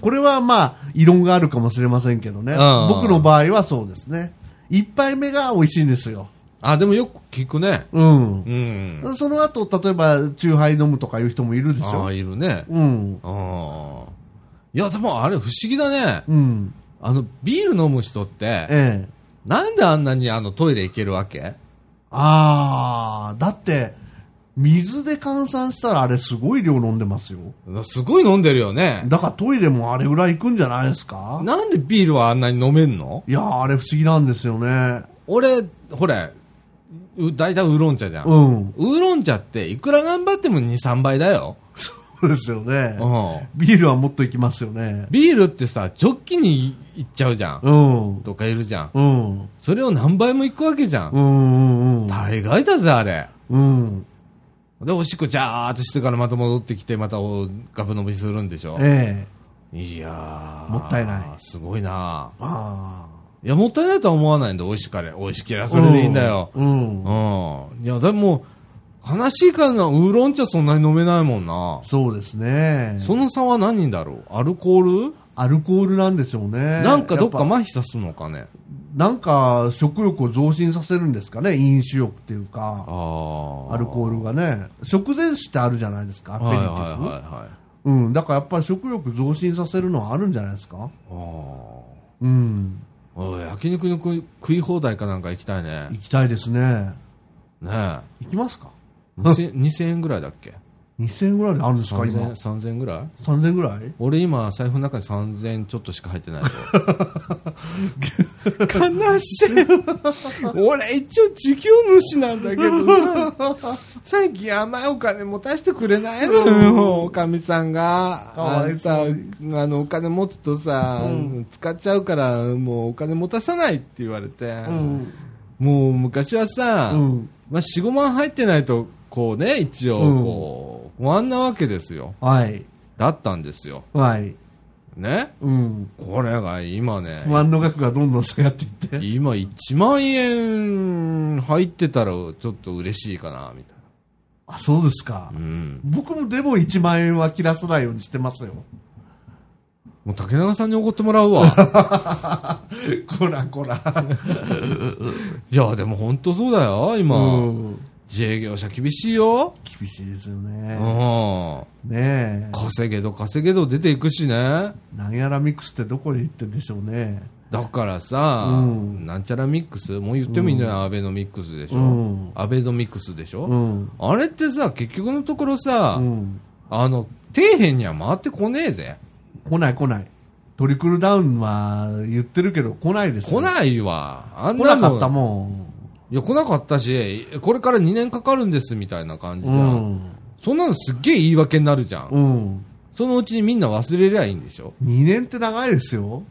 これはまあ、異論があるかもしれませんけどね。うん僕の場合はそうですね。一杯目が美味しいんですよ。あ、でもよく聞くね。うん。うん。その後、例えば、チューハイ飲むとかいう人もいるでしあょあ、。いるね。うん。ああ。いや、でもあれ不思議だね。うん。あの、ビール飲む人って、ええ。なんであんなにあのトイレ行けるわけああ、だって、水で換算したらあれすごい量飲んでますよ。すごい飲んでるよね。だからトイレもあれぐらい行くんじゃないですかなんでビールはあんなに飲めんのいやー、あれ不思議なんですよね。俺、ほれ、う大体ウーロン茶じゃん。うん。ウーロン茶っていくら頑張っても2、3倍だよ。そうですよね。うん。ビールはもっと行きますよね。ビールってさ、ジョッキに行っちゃうじゃん。うん。うん。とかいるじゃん。うん。それを何倍も行くわけじゃ。うんん。うん。大概だぜ、あれ。うん。で、おしっこジャーっとしてからまた戻ってきて、またおガブ飲みするんでしょ。ええ。いやー。もったいないすごいなあいや、もったいないとは思わないんだ、美味しかれ。美味しけりゃあ。それでいいんだよ。うん。うん。うん。いや、でも、悲しいからな、ウーロン茶そんなに飲めないもんな。そうですね。その差は何だろうアルコールアルコールなんでしょうね。なんかどっかやぱ麻痺さすのかね。なんか食欲を増進させるんですかね。飲酒欲っていうか、ああ。アルコールがね。食前酒ってあるじゃないですか、アペリはいはテいィはいフ。はい。うん。だからやっぱり食欲増進させるのはあるんじゃないですか。あうん。あ。おい焼肉の食い食い放題かなんか行きたいね行。きたいですね。ね行きますかえ。2000 2000円ぐらいだっけ ?2000 円ぐらいであるんですか、 3000今。 3000円ぐらい3000円ぐらい俺今、財布の中に3000円ちょっとしか入ってないよ悲しい。俺一応事業主なんだけどさ、最近甘いお金持たせてくれないのよ、おかみさんが。かあわんいそうた、あの、お金持つとさ、使っちゃうから、もうお金持たさないって言われて、うん。もう昔はさ、うんまあ、4、5万入ってないと、こうね、一応、うんこう、不安なわけですよ。はい。だったんですよ。はい。ねうん。これが今ね、不安の額がどんどん下がっていって。今1万円入ってたらちょっと嬉しいかな、みたいあ、そうですかな。う。ん。僕もでも1万円は切らさないようにしてますよ。もう竹中さんに怒ってもらう わ。こらこら。いや、でも本当そうだよ、今。うん。自営業者厳しいよ。厳しいですようね。ん。ねえ。稼げど稼げど出ていくしね。なんやらミックスってどこに行ってんでしょうね。だからさ、うんなんちゃらミックスもう言ってもいいのよ、アベノミックスでしょ。うんアベノミックスでしょ。うん。あれってさ、結局のところうさ、ん。あの、底辺には回ってこねえぜ。来ない来ない。トリクルダウンは言ってるけど来ないですよ来ないわ。あん来ななのかったもん。いや、来なかったし、これから2年かかるんですみたいな感じうじゃん。ん。そんなのすっげえ言い訳になるじゃん。うん。そのうちにみんな忘れりゃいいんでしょ2年って長いですよ。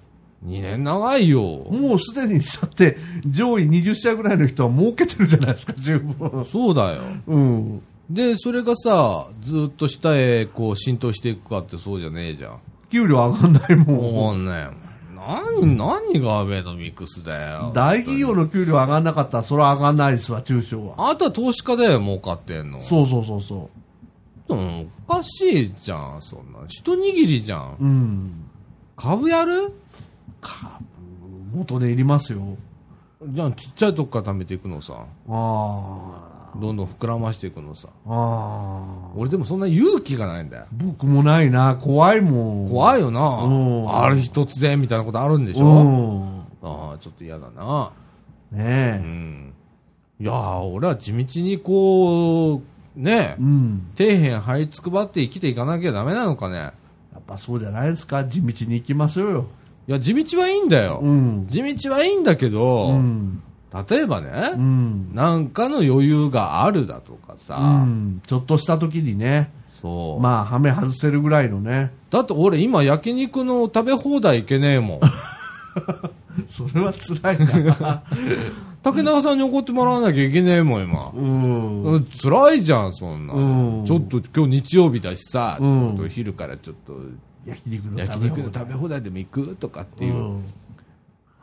?2 年長いよ。もうすでにだって上位20社ぐらいの人は儲けてるじゃないですか、十分。そうだよ。うん。で、それがさ、ずっと下へこう浸透していくかってそうじゃねえじゃん。給料上がんないもん。もうね、何、何がアベノミクスだよ。大企業の。の給料上がんなかったら、それは上がんないですわ、中小は。あとは投資家だよ、儲かってんの。そうそうそうそうん。おかしいじゃん、そんな。一握りじゃん。う。うん。株やる元でいりますよ。じゃあちっちゃいとこから貯めていくのさ。あどんどん膨らましていくのさ。あ。ああ。俺でもそんな勇気がないんだよ。僕もないな、怖いもん。怖いいよなうん。ある日突然みたいなことあるんででしょああ、ちょっと嫌だな。うん。ねうえ。ん。いやー、俺は地道にこう、ねう、ん。底辺這いつくばって生きていかなきゃダメなのかね。やっぱそうじゃないですか、地道に行きましょうよ。いや、地道はいいんだうよ。ん。地道はいいんだけど、うん。例えばうね、ん。なんかの余裕があるだとかうさ、ん。ちょっとした時にね、そう。まあ、ハメ外せるぐらいのね。 だって俺今焼肉の食べ放題いけねえ もん。それは辛い な。竹中さんに怒ってもらわなきゃいけねえもん、今。うん。うん辛いじゃん、そんな。うんちょっと今日日曜日だしさ、うんちょっと昼からちょっと焼肉の焼食べ肉放の題食べ放題でも行くとかっていう。うん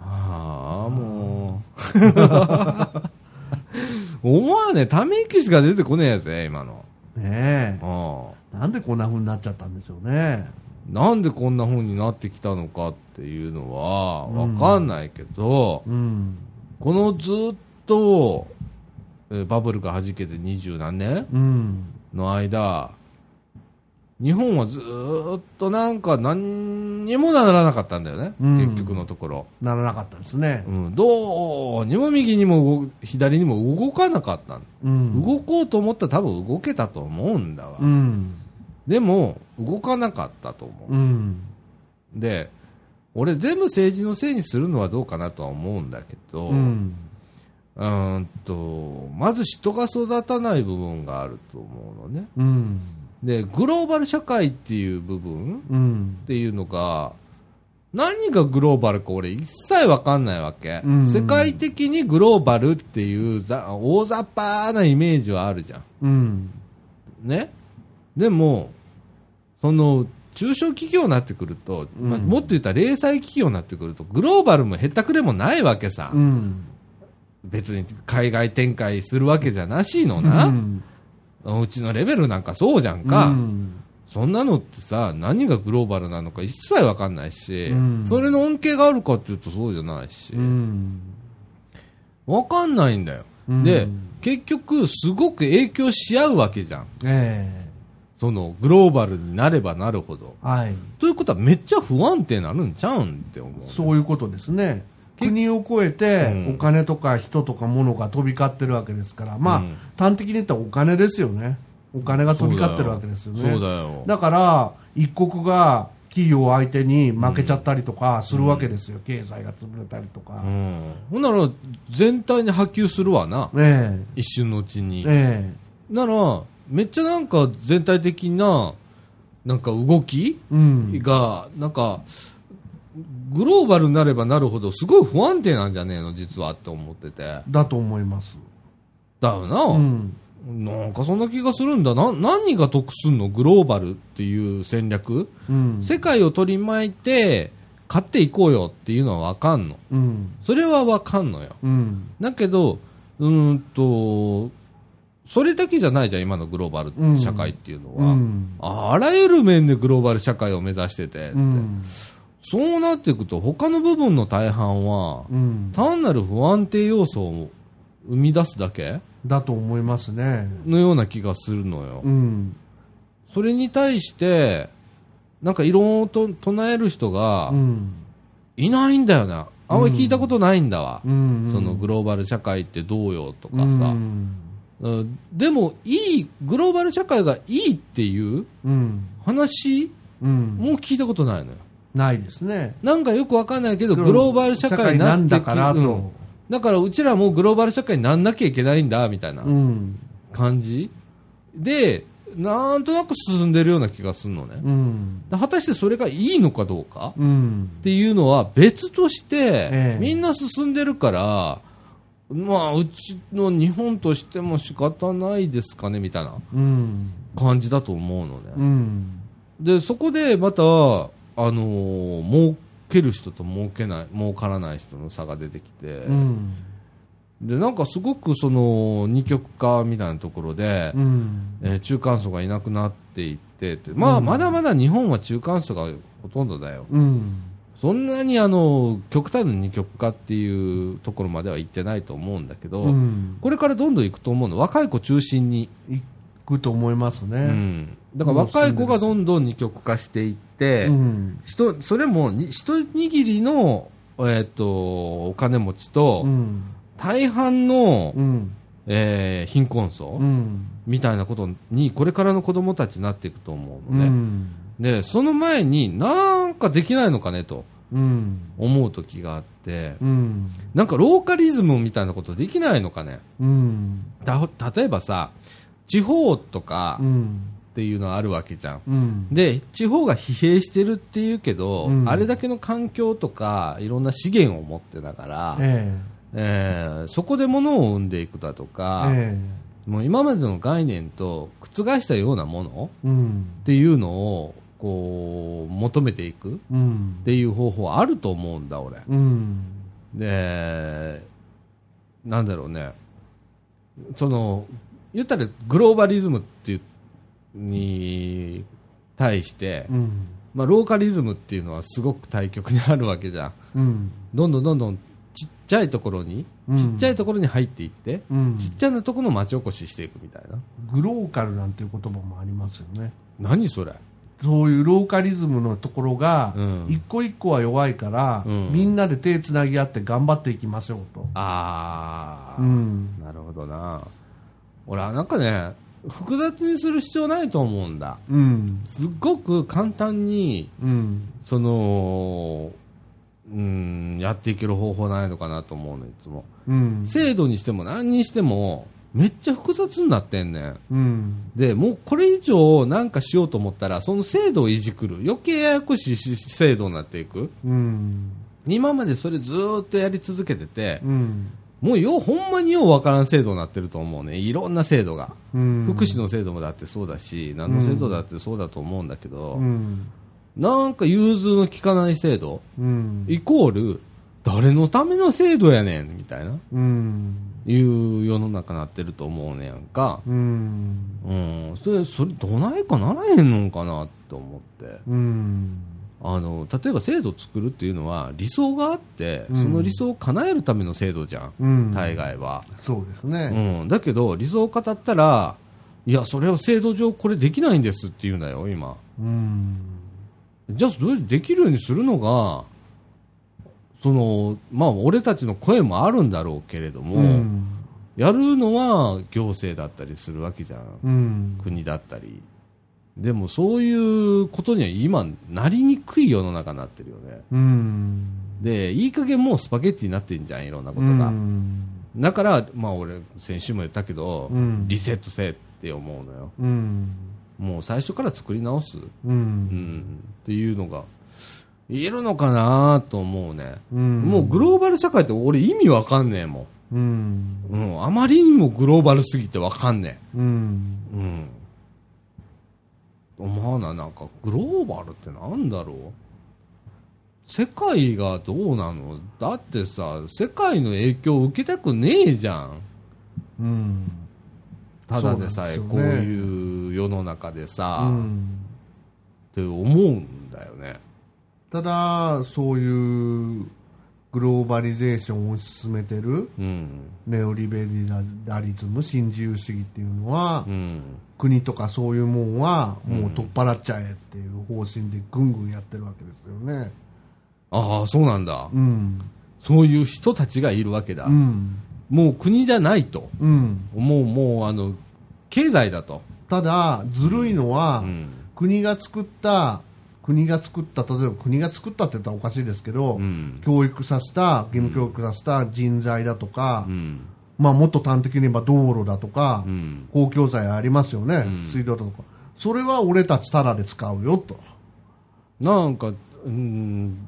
ああ、もう。 思わねえ、ため息しか出てこねえぜ、今の。ねああえ。なんでこんな風になっちゃったんでしょうね。なんでこんな風になってきたのかっていうのは、わかんないけど、うん。このずっと、えーバブルが弾けて二十何年うん。の間、日本はずーっとなんか何にもならなかったんだよね、うん結局のところ。ならなかったですね。うん、どうにも右にも動左にも動かなかったの、うん。動こうと思ったら多分動けたと思うんだわ、うん。でも動かなかったと思う、うん。で俺全部政治のせいにするのはどうかなとは思うんだけど、うん。うーんとまず人が育たない部分があると思うのねうん。でグローバル社会っていう部分うんっ。ていうのが何がグローバルか俺一切わかんないわけ、うん世界的にグローバルっていうざ大雑把なイメージはあるじゃんうん。ねでもその中小企業になってくると、まあうんもっと言ったら零細企業になってくるとグローバルもへったくれもないわけさ、うん。別に海外展開するわけじゃなしのな、ううんちのレベルなんかそうじゃんか、うんそんなのってさ、何がグローバルなのか一切わかんないし、うんそれの恩恵があるかっていうとそうじゃないしう、ん。わかんないんだよ。うんで、結局、すごく影響し合うわけじゃん。えその、グローバルになればなるほど。えはい。ということは、めっちゃ不安定なるんちゃうんって思う。そういうことですね。国を越えうてんお金とか人とか物が飛び交ってるわけですから、まあうん、端的に言ったらお金ですよね。お金が飛び交ってるわけですよね。そうだよ。だから、一国が企業を相手に負けちゃったりとかするわけですよ。経済が潰れたりとか。うん。ほんなら、全体に波及するわな。ね一瞬のうちにえ。。ねなら、めっちゃなんか全体的な、なんか動きえ。うん。が、なんか、グローバルになればなるほど、すごい不安定なんじゃねえの、実はって思ってて。だだと思います。よな、うん。なんかそんな気がするんだ。な、何が得すんのグローバルっていう戦略、うん。世界を取り巻いて、勝っていこうよっていうのはわかんの。うん。それはわかんのよ。うん。だけど、うーんと、それだけじゃないじゃん、今のグローバル社会っていうのは。うん。あらゆる面でグローバル社会を目指しててって、うん。そうなっていくと、他の部分の大半は、うん。単なる不安定要素を生み出すだけだと思いますね。のような気がするのよ。うん。それに対して、なんか異論をと唱える人がう、ん。いないんだよな。あんまり聞いたことないんだわ。うん。そのグローバル社会ってどうよとかさ。うん。うんでも、いい、グローバル社会がいいっていううん。話うん。も聞いたことないのよ。ないですね。なんかよくわかんないけど、グローバル社会になってき社会なんだからとうんだからうちらもグローバル社会になんなきゃいけないんだ、みたいなうん。感じで、なんとなく進んでるような気がするのね。うん。で果たしてそれがいいのかどうかうんっ。ていうのは別として、ええみんな進んでるから、まあ、うちの日本としても仕方ないですかね、みたいなうん。感じだと思うのね。うん。で、そこでまた、あのー儲ける人と儲けない、儲からない人の差が出てきて、うん。で、なんかすごくその、二極化みたいなところで、うん。えー中間層がいなくなっていってって、まあ、まだまだ日本は中間層がほとんどだよ。うん。そんなにあの、極端な二極化っていうところまでは行ってないと思うんだけど、うん。これからどんどん行くと思うの。若い子中心に。行くと思いますうね。ん。だから若い子がどんどん二極化していって、うん。人それもに一握りの、えー、とお金持ちと、うん。大半の、うん。えー貧困層、うん。みたいなことにこれからの子供たちになっていくと思ううのね、ん。でその前になんかできないのかねとうん。思う時があってうん。なんかローカリズムみたいなことできないのかねうん。だ例えばさ地方とかうん。っていうのはあるわけじゃんうん。で地方が疲弊してるっていうけど、うんあれだけの環境とかいろんな資源を持ってだから、ええーそこで物を生んでいくだとえ。か、えもう今までの概念と覆したようなものえ。うん。っていうのをこう求めていくっうん。ていう方法はあると思うんだ俺うん。でなんだろうねその言ったらグローバリズムっていうに対して、うん。まあ、ローカリズムっていうのはすごく対極にあるわけじゃん。うん。どんどんどんどんちっちゃいところに、うんちっちゃいところに入っていって、うんちっちゃなところの町おこししていくみたいな。グローカルなんていう言葉もありますよね。何それそういうローカリズムのところがうん、一個一個は弱いから、うんみんなで手つなぎ合って頑張っていきましょうと。あうー、ん。なるほどな。俺はなんかね、複雑にする必要ないと思うんだ。うん。すっごく簡単に、うん。その、うん、やっていける方法ないのかなと思うの、いつも。うん。制度にしても何にしても、めっちゃ複雑になってんねん。うん。で、もうこれ以上なんかしようと思ったら、その制度をいじくる。余計ややこしいし制度になっていく。うん。今までそれずーっとやり続けてて、うん。もうよう、ほんまにようわからん制度になってると思うね。いろんな制度が。うん。福祉の制度もだってそうだし、何の制度だってそうだと思うんだけど、うん。なんか融通の利かない制度、うん。イコール、誰のための制度やねん、みたいな、うん。いう世の中になってると思うねやんか。うん。うん、それ、それ、どないかならへんのかなって思って。うん。あの、例えば制度作るっていうのは、理想があって、うんその理想を叶えるための制度じゃん。うん。大。概は。そうですうね。ん。だけど、理想を語ったら、いや、それは制度上これできないんですって言うんだよ、今。うん。じゃあ、それできるようにするのが、その、まあ、俺たちの声もあるんだろうけれども、うん。やるのは行政だったりするわけじゃん。うん。国だったり。でも、そういうことには今、なりにくい世の中になってるよね。うん。で、いい加減もうスパゲッティになってんじゃん、いろんなことが。うん。だから、まあ俺、先週も言ったけど、うんリセットせえって思うのよ。うん。もう最初から作り直す。う。うんんっていうのが、言えるのかなと思うね。うんもうグローバル社会って俺意味わかんねえもうん。ん。うん、あまりにもグローバルすぎてわかんねうん。え。うん。思わない、なんか、グローバルってなんだろう世界がどうなのだってさ、世界の影響を受けたくねえじゃん。うん。ただでさえ、そうなんこでうすよねいう世の中でさ、うんって思うんだよね。ただ、そういうグローバリゼーションを推し進めてるうん。ネオリベラリズム、新自由主義っていうのは、うん。国とかそういうもんはもう取っ払っちゃえっていう方針でぐんぐんやってるわけですよね。ああ、そうなんだ。うん。そういう人たちがいるわけだ。うん。もう国じゃないと。うん。もう、もう、あの、経済だと。ただ、ずるいのは、うん。国が作った、国が作った、例えば国が作ったって言ったらおかしいですけど、うん。教育させた、義務教育させた人材だとか、うん。まあもっと端的に言えば道路だとか、うん。公共財ありますよね、うん水道だとか。それは俺たちタダで使うよと。なんか、うん。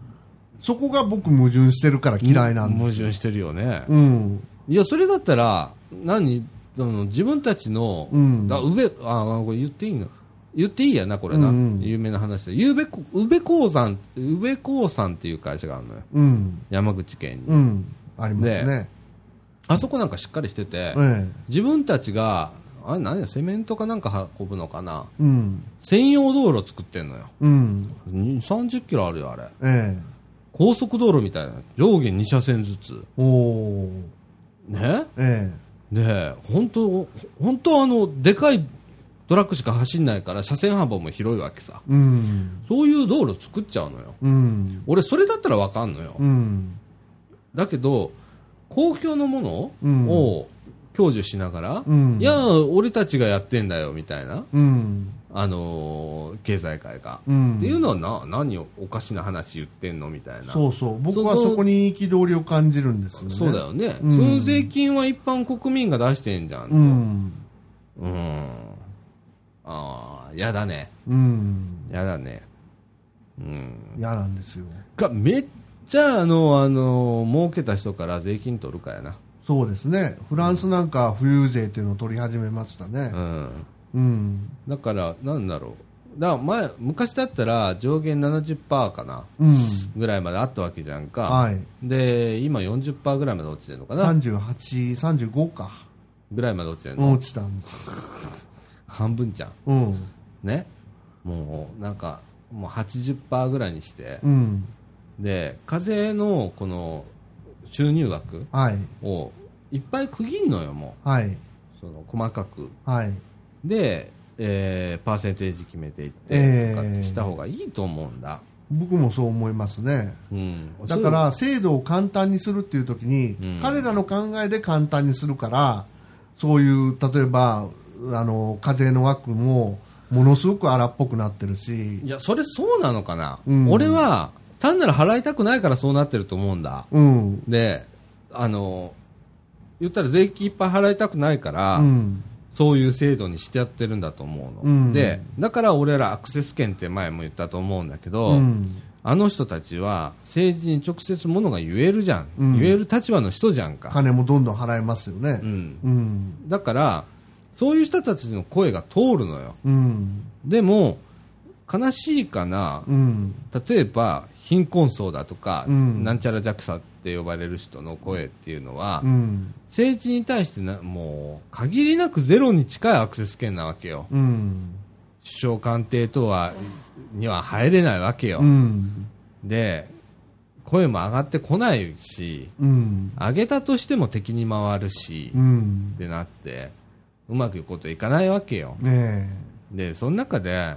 そこが僕矛盾してるから嫌いなんで矛す。盾してるよね。うん。いや、それだったら、何あの自分たちの、うんだ上、あ、これ言っていいの言っていいやな、これな。うんうん有名な話で。ゆうべこ、宇部鉱山、宇部鉱山っていう会社があるのよ。うん。山口県に。うん。ありますね。ねあそこなんかしっかりしてて、え自分たちが、あれ何や、セメントかなんか運ぶのかな。え。うん。専用道路作ってんのよ。うん。に30キロあるよ、あれ。ええ。高速道路みたいな。上下2車線ずつ。おー。ねえで、本当本当あの、でかいトラックしか走んないから、車線幅も広いわけさ。え。うん。そういう道路作っちゃうのよ。うん。俺、それだったらわかんのよう。ん。だけど、公共のもうんのを享受しながら、うんいや、俺たちがやってんだよ、みたいな。うん。あのー経済界が、うんっていうのはな何をおかしな話言ってんのみたいなそうそう。僕はそのそこに憤りを感じるんですよね。そうだ。よね、うんその税金は一般国民が出してんじゃんとうん。うんああやだねうん。やだねうん嫌なんですよ。がめっちゃあのあの儲けた人から税金取るかやなそうですね。フランスなんか富裕税っていうのを取り始めましたねう。んうん。だからなんだろうだから前昔だったら上限70%かなうん。ぐらいまであったわけじゃんか、はい。で今40%ぐらいまで落ちてるのかな38、35か。ぐらいまで落ちてるの、落ちたんです。半分じゃんうん。ねもうなんかもう80%ぐらいにしてう、ん。で課税のこの収入額はい。をいっぱい区切んのよ、もはい。う。その細かく。はい。で、えーパーセンテージ決めていってえーとかってした方がいいと思うんだ。僕もそう思いますね。うん。だから制度を簡単にするっていう時に、うん彼らの考えで簡単にするからそういう例えばあの課税の額もものすごく荒っぽくなってるしい、や、それそうなのかな、うん俺は、単なる払いたくないからそうなってると思うんだ。うんで、あの、言ったら税金いっぱい払いたくないから、うんそういう制度にしてやってるんだと思うの。うんで、だから俺らアクセス権って前も言ったと思うんだけど、うんあの人たちは政治に直接ものが言えるじゃん。うん言える立場の人じゃんか。金もどんどん払えますよね。うん。うんだから、そういう人たちの声が通るのよ。うんでも、悲しいかな、うん例えば貧困層だとか、うんなんちゃら弱者って呼ばれる人の声っていうのは、うん政治に対してなもう限りなくゼロに近いアクセス権なわけよ、うん首相官邸とはには入れないわけよ、うんで声も上がってこないしうん上げたとしても敵に回るし、うっんてなってうまくいくこといかないわけよねでその中で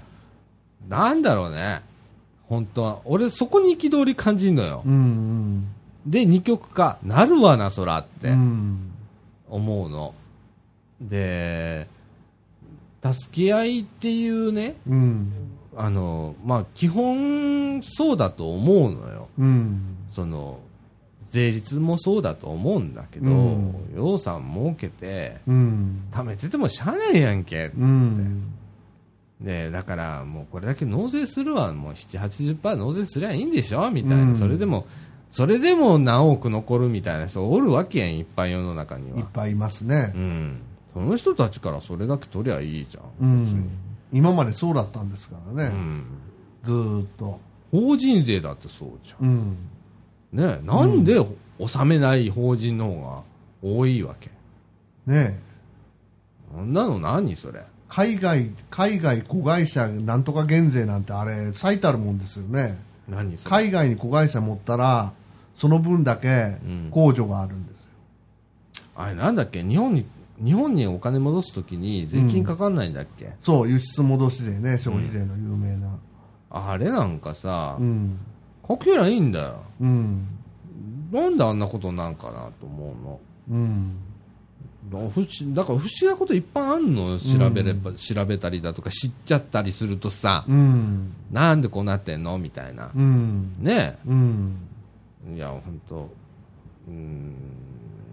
なんだろうね本当は俺そこに憤り感じんのよえうんで、二極化、なるわな、そらっうてん思うの。で、助け合いっていうね、うんうんあの、まあ、基本そうだと思うのよ。うんその、税率もそうだと思うんだけど、うん予算儲けて、うん貯めててもしゃあないやんけ。うんで、だからもうこれだけ納税するわ、もう7、80%納税すりゃいいんでしょみたいな、うんそれでも、それでも何億残るみたいな人おるわけやん、いっぱい世の中には。いっぱいいますねう。ん、その人たちからそれだけ取りゃいいじゃ、うんん、今までそうだったんですかうらね、んずーっと、法人税だってそうじゃうん、ん、ねえ、なんで納めない法人の方が多いわけ、ねえそんなの何それ、海外、海外子会社なんとか減税なんて、あれ、最たるもんですよね、何それ、海外に子会社持ったら、その分だけうん控除があるんですよ、あれなんだっけ、日本に日本にお金戻すときに税金かかんないんだっけ、そう、輸出戻し税ね、消費税の有名な、あれなんかさ、うん、かけりゃいいんだよ、うん、なんであんなことなんかなと思うの。うん、不思だから不思議なこといっぱいあんのよ調べれば、調べたりだとか知っちゃったりするとさ、うん、なんでこうなってんのみたいな。うん、ねうん、え。いや、本当うーん、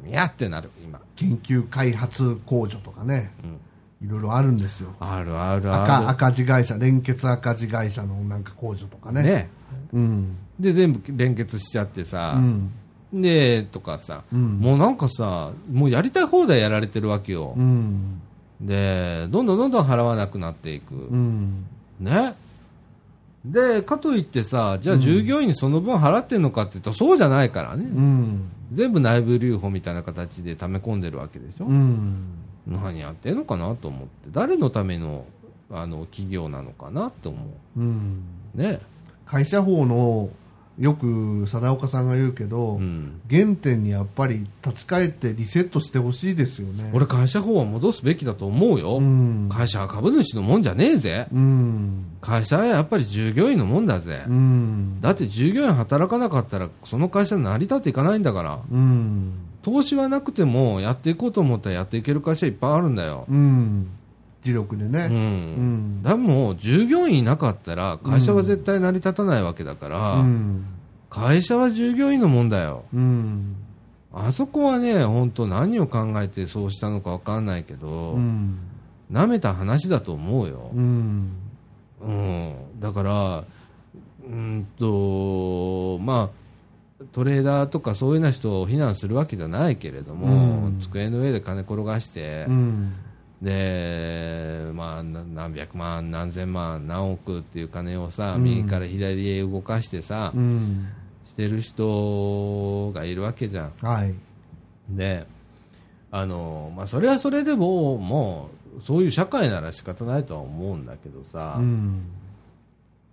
いやってなる、今。研究開発控除とかね、うんいろいろあるんですよ。あるある赤あ赤字会社、連結赤字会社のなんか控除とかる。ねね。うん。で、全部連結しちゃってうさ、ん。で、とかさ、うんもうなんかさ、もうやりたい放題やられてるわけよう。ん。で、どんどんどんどん払わなくなっていく。うん。ね。で、かといってさ、じゃあ従業員にその分払ってんのかって言ったらそうじゃないからね。うん。全部内部留保みたいな形で溜め込んでるわけでしょ。うん。何やってんのかなと思って誰のためのあの企業なのかなと思うん。うね会社法の、よく、貞岡さんが言うけど、うん原点にやっぱり立ち返ってリセットしてほしいですよね。俺会社法は戻すべきだと思うよ、うん。会社は株主のもんじゃねえぜうん。会社はやっぱり従業員のもんだぜ、うん。だって従業員働かなかったらその会社成り立っていかないんだからうん。投資はなくてもやっていこうと思ったらやっていける会社いっぱいあるんだようん。自力でう、ね。うんん。でも従業員いなかったら会社は絶対成り立たないわけだから、うん。会社は従業員のもんだようん。あそこはね、本当何を考えてそうしたのかわかんないけど、うん。舐めた話だと思うよ。うん。うん。だから、うんと、まあ、トレーダーとかそういうような人を非難するわけじゃないけれども、うん机の上で金転がして、うん。で、まあ、な何百万、何千万、何億っていう金をさ、うん右から左へ動かしてさ、うん。してる人がいるわけじゃん。はい。で、あの、まあ、それはそれでも、もう、そういう社会なら仕方ないとは思うんだけどさ、うん。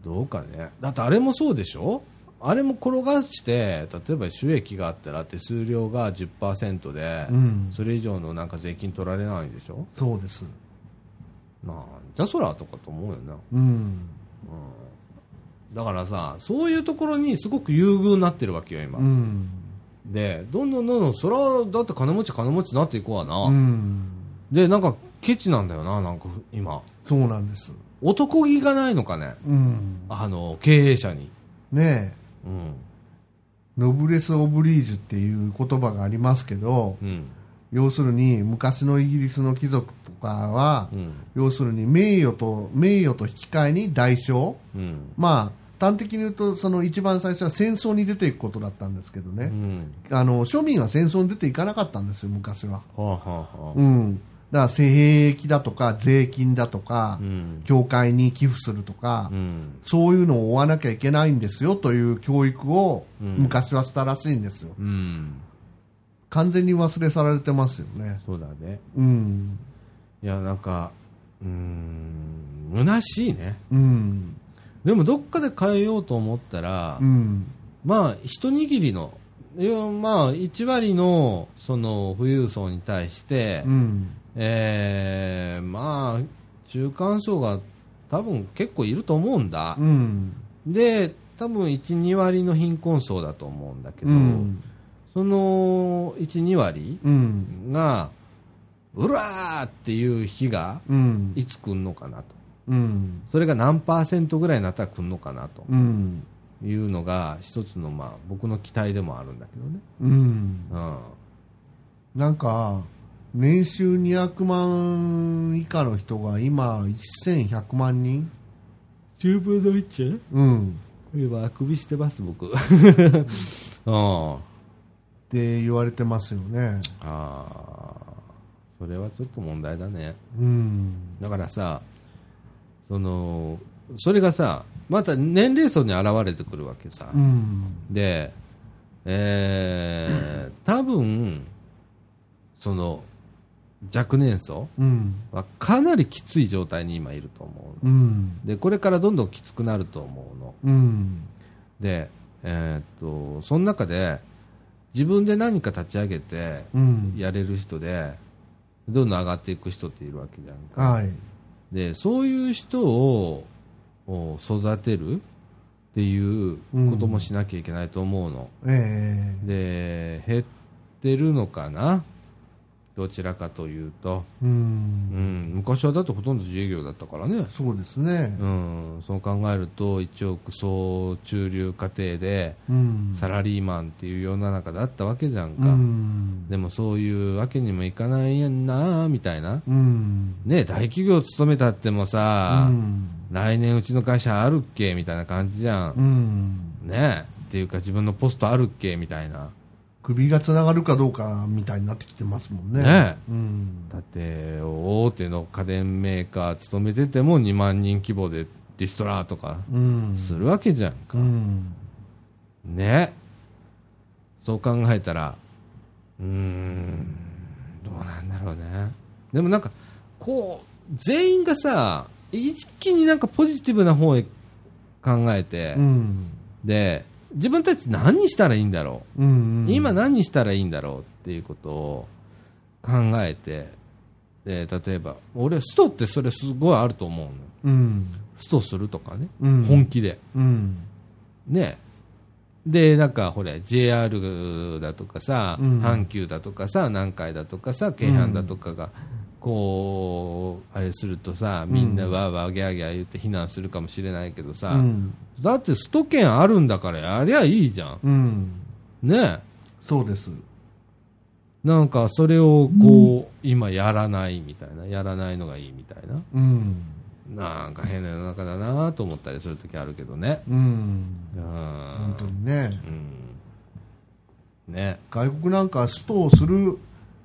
どうかね。だってあれもそうでしょあれも転がして例えば収益があったら手数料が10%で、うんそれ以上のなんか税金取られないでしょそうです。なんじゃそらとかと思うよな、うん。うん、だからさそういうところにすごく優遇になってるわけよ今、うん。でどんどんどんどんそれはだって金持ち金持ちになっていこうわな、うん。でなんかケチなんだよななんか今そうなんです。男気がないのかねうん。あの経営者に、ねえ、うんノブレス・オブリージュっていう言葉がありますけど、うん要するに昔のイギリスの貴族とかは、うん要するに名誉と、名誉と引き換えに代償。うんまあ、端的に言うと、その一番最初は戦争に出ていくことだったんですけどうね。んあの、庶民は戦争に出ていかなかったんですよ、昔は。はあはあはあうん。だから、性役だとか、税金だとか、うん教会に寄付するとか、うんそういうのを追わなきゃいけないんですよという教育をうん昔はしたらしいんですよ。うん完全に忘れ去られてますよね。そうだねうん。いやなんかうーん虚しいねうん。でもどっかで変えようと思ったら、うん。まあ一握りのいやまあ1割のその富裕層に対して、うん。えーまあ中間層が多分結構いると思うんだう、ん。で多分12割の貧困層だと思うんだけど、うん。その12割うん。がうらーっていう日がうん。いつ来んのかなとうん。それが何パーセントぐらいになったら来んのかなとうん。いうのが一つのまあ僕の期待でもあるんだけどね、うん。うん、なんか、年収200万以下の人が今、1100万人10分の1うん。今あくびしてます僕うんあって言われてますよね。あそれはちょっと問題だねうん。だからさそのそれがさまた年齢層に現れてくるわけさ、うん。で、えー、多分その若年層うん。はかなりきつい状態に今いると思ううのん。でこれからどんどんきつくなると思うのうん。でえーっとその中で自分で何か立ち上げてうん。やれる人でどんどん上がっていく人っているわけじゃんか、はい。でそういう人をお育てるっていうこともしなきゃいけないと思うの、ええで減ってるのかなどちらかというと、う。うんん、昔はだってほとんど自営業だったからね、そうですねう。ん、そう考えると1億総中流家庭でうん。サラリーマンっていう世の中だったわけじゃんうか、ん。でもそういうわけにもいかないやんなみたいなうん。ね大企業勤めたってもさ、うん。来年うちの会社あるっけみたいな感じじゃん、うん。ねっていうか自分のポストあるっけみたいな首がつながるかどうかみたいになってきてますもんね。ねうん。だって大手の家電メーカー勤めてても2万人規模でリストラとかうん。するわけじゃんか、うん。ねそう考えたらうーんどうなんだろうねでもなんかこう全員がさ一気になんかポジティブな方へ考えて、うん。で自分たち何したらいいんだろううんうん今何したらいいんだろうっていうことを考えてで例えば俺ストってそれすごいあると思うのうんストするとかね、うん本気でうんねでなんかほれ JR だとかさ、うん阪急だとかさ南海だとかさ京阪だとかがこうあれするとさみんなわーわーギャーギャー言って避難するかもしれないけどさ、うんだってスト券あるんだからやりゃいいじゃんうんねそうですなんかそれをこう、今やらないみたいなやらないのがいいみたいなうんなんか変な世の中だなと思ったりする時あるけどねうんうん本当にねうんね外国なんかストをする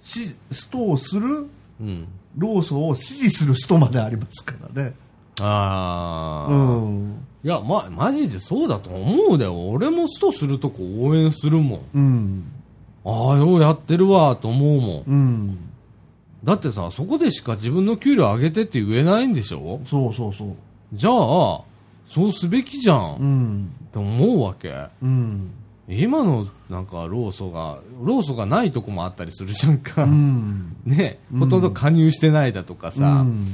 しストをするうん労組を支持する人までありますからねあうあ、いんやまマジでそうだと思うだよ俺もストするとこ応援するもんうんああようやってるわと思うもんうんだってさそこでしか自分の給料上げてって言えないんでしょそうそうそうじゃあそうすべきじゃん、うん。と思うわけうん。今のなんか労組が労組がないとこもあったりするじゃんか、うん。ねほとんど加入してないだとかさ、うん。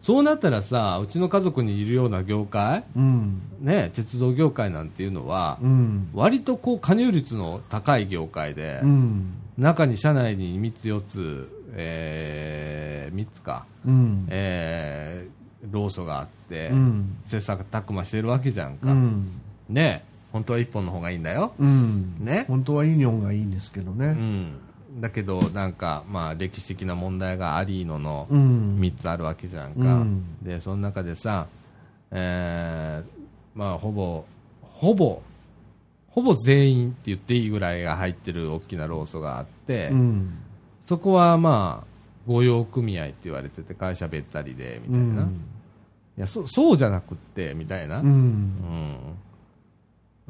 そうなったらさうちの家族にいるような業界うん。ね鉄道業界なんていうのは、うん。割とこう加入率の高い業界で、うん。中に社内に3つ4つ、えー、3つか、うん。えー、労組があって、うん。切磋琢磨してるわけじゃんうか、ん。ね本当は1本の方がいいんだよ、うん。ね本当はイニョンがいいんですけどうね。ん、だけどなんか、まあ、歴史的な問題がありののうん。 3つあるわけじゃんか、うんでその中でさ、えーまあ、ほぼほぼほぼ全員って言っていいぐらいが入ってる大きな労組があって、うん。そこはまあ御用組合って言われてて会社べったりでみうたいな、いん。やそそうじゃなくってみたいな、ううんん。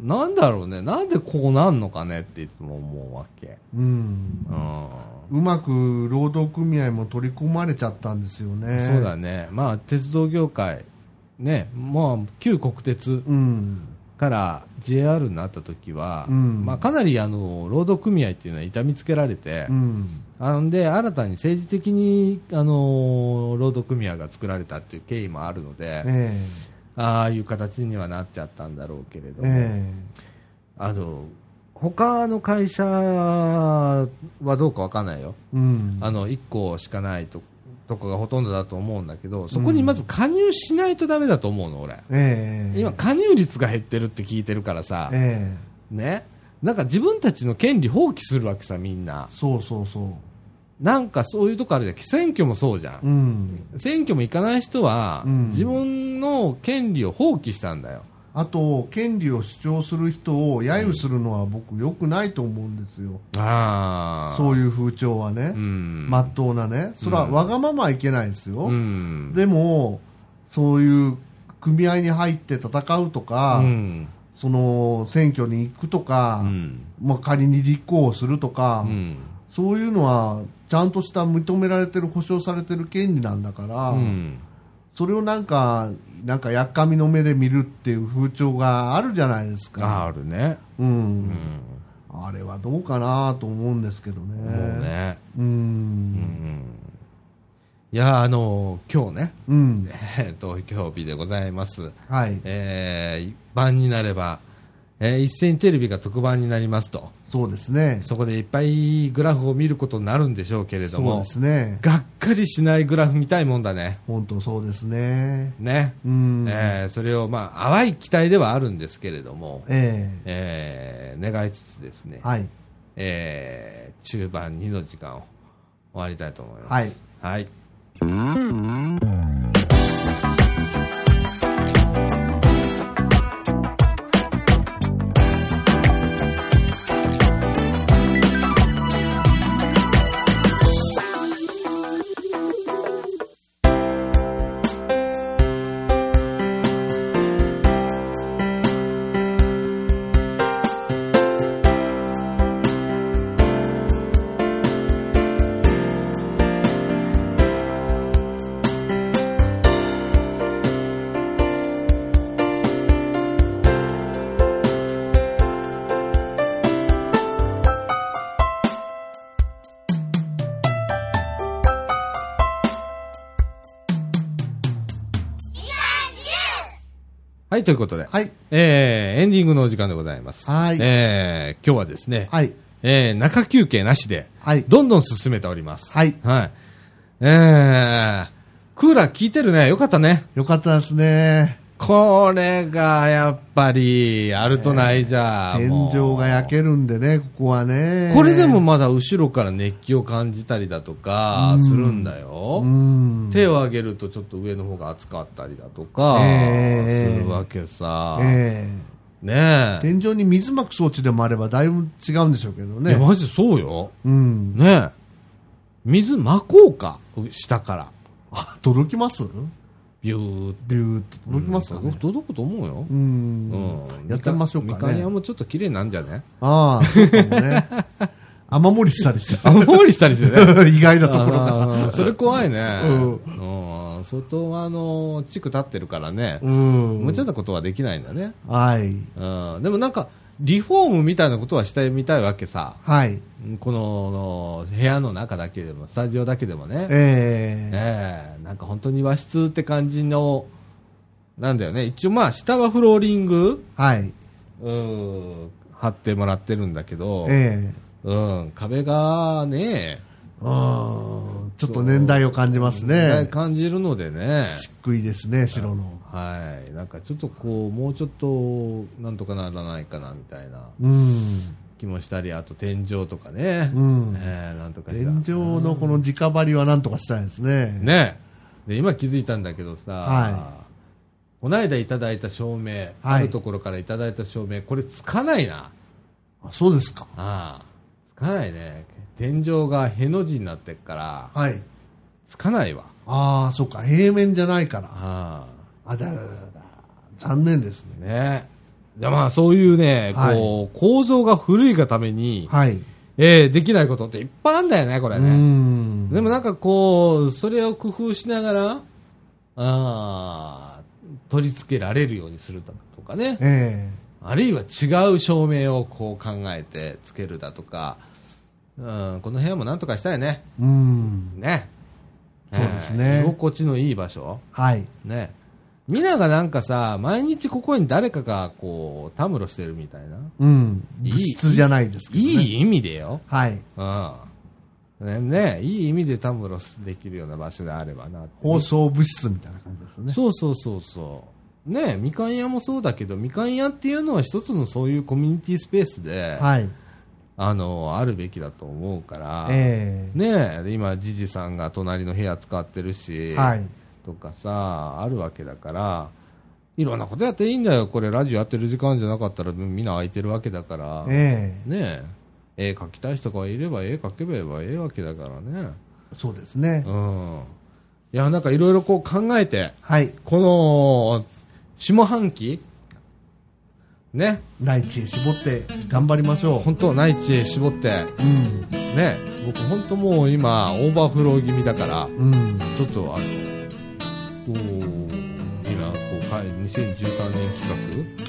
なんだろうねなんでこうなんのかねっていつも思うわけ、うん。うん、うまく労働組合も取り込まれちゃったんですよね。そうだね、まあ、鉄道業界、ね、もう旧国鉄うん。から JR になった時は、うんまあ、かなりあの労働組合っていうのは痛みつけられて、うん。あんで新たに政治的にあの労働組合が作られたっていう経緯もあるので、えああいう形にはなっちゃったんだろうけれえ。ども、えあの他の会社はどうかわかんないよ。え。うん。あの1個しかないととかがほとんどだと思うんだけどそこにまず加入しないとダメだと思うの俺ええ。今加入率が減ってるって聞いてるからさええ。ねなんか自分たちの権利放棄するわけさみんなそうそうそなんかそういうとこあるじゃん選挙もそうじゃう。んうん。選挙も行かない人はうん自分の権利を放棄したんだよあと、権利を主張する人を揶揄するのは僕良くないと思うんですよ。ああそうういう風潮はね。んまっとうなね。それはわがままはいけないですよ。うんでも、そういう組合に入って戦うとか、うんその選挙に行くとか、うんまあ、仮に立候補するとか、うんそういうのはちゃんとした認められてる、保障されてる権利なんだから、うんそれをなんか、なんかやっかみの目で見るっていう風潮があるじゃないですあか。るねうんうんあれはどうかなと思うんですけどね。もうねうん。いやあの今日ね、 うん。えー投票日でございます、はい。えー晩になれば、えー一斉にテレビが特番になりますとそうですね。そこでいっぱいグラフを見ることになるんでしょうけれどそうも、ですね。がっかりしないグラフ見たいもんだね本当そうですね。ね、うん。えーそれをまあ淡い期待ではあるんですけれども、ええー願いつつですね、えはい。えー中盤2の時間を終わりたいと思います。はい。はいはい、ということで、はい。えーエンディングのお時間でございます。はいえー今日はですね、はい。えー中休憩なしで、はいどんどん進めております。はいえークーラー効いてるね。よかったね。よかったですね。これが、やっぱり、あるとないじゃ、天井が焼ける。るんでね、ここはね。これでも、まだ後ろから熱気を感じたりだとか、するんだよう。ん。手を上げるとちょっと上の方が熱かったりだとか、えーするわけさ。えねええ。天井に水まく装置でもあれば、だいぶ違うんでしょうけどいやね。マジそうよ。うん。ねえ。水まこうか、下から。あ届きますビューっビューって届きますかね。届くと思うよう。ん。やってみましょうみかかん屋ね。もちょっと綺麗なんじゃねああ、そうかも ね。雨漏りしたりし雨漏りしたりしてね。た。意外なところが。あーそれ怖いね。ううんん。ん、相当、あの、地区立ってるからね、うん。無茶なことはできないんだね。はい。うん。でもなんか、リフォームみたいなことはしてみたいわけさ。はい。うんこの、部屋の中だけでも、スタジオだけでもね。ええええなんか本当に和室って感じの、なんだよね。一応まあ、下はフローリング、はい。うん、貼ってもらってるんだけど、ええうん、壁がね、うん。ちょっと年代を感じますね。感じるのでね、しっくいですね、白の。はい。なんかちょっとこう、もうちょっと、なんとかならないかな、みたいなうん。気もしたり、あと天井とかね、うんええなんとかし天た井のこの直張りはなんとかしたいですね。。ねで今気づいたんだけどさ、はこないだいただいた照明、あるところからいただいた照明これつかないなあそうですか。ああつかないね天井がへの字になってっからはい。つかないわああ、そっか。平面じゃないから。ああ、だだだだだ。残念ですあね。ねでまあそういうね、こう構造が古いがために、はい。えーできないことっていっぱいあるんだよねこれうね、ん。でもなんかこう、それを工夫しながら、あー取り付けられるようにするだとかね。えあるいは違う照明をこう考えてつけるだとか、うん、この部屋もなんとかしたいね。えうん。ね。そうですねえー居心地のいい場所。はい。ね。みながなんかさ、毎日ここに誰かがこう、たむろしてるみたいな。うん。いい物質じゃないですけど、ね。いい意味でよ。はい。うん。ねね、いい意味でたむろできるような場所であればなって。放送物質みたいな感じですよね。そうそうそうそう。ねみかん屋もそうだけど、みかん屋っていうのは一つのそういうコミュニティスペースで、はい。あの、あるべきだと思うから、ええねえで今、じじさんが隣の部屋使ってるし、はい。とかさ、あるわけだから、いろんなことやっていいんだよ。これ、ラジオやってる時間じゃなかったら、みみんな空いてるわけだから、ねえええ、絵描きたい人がいれば、絵描けばええわけだからね。そうですね。うん。いや、なんかいろいろこう考えて、はい。この、下半期ね。大地へ絞って頑張りましょ本当内地へ絞って、う。うん。ね。僕本当もう今、オーバーフロー気味だから、うん。ちょっとあの、おー今、こう、かい2013年企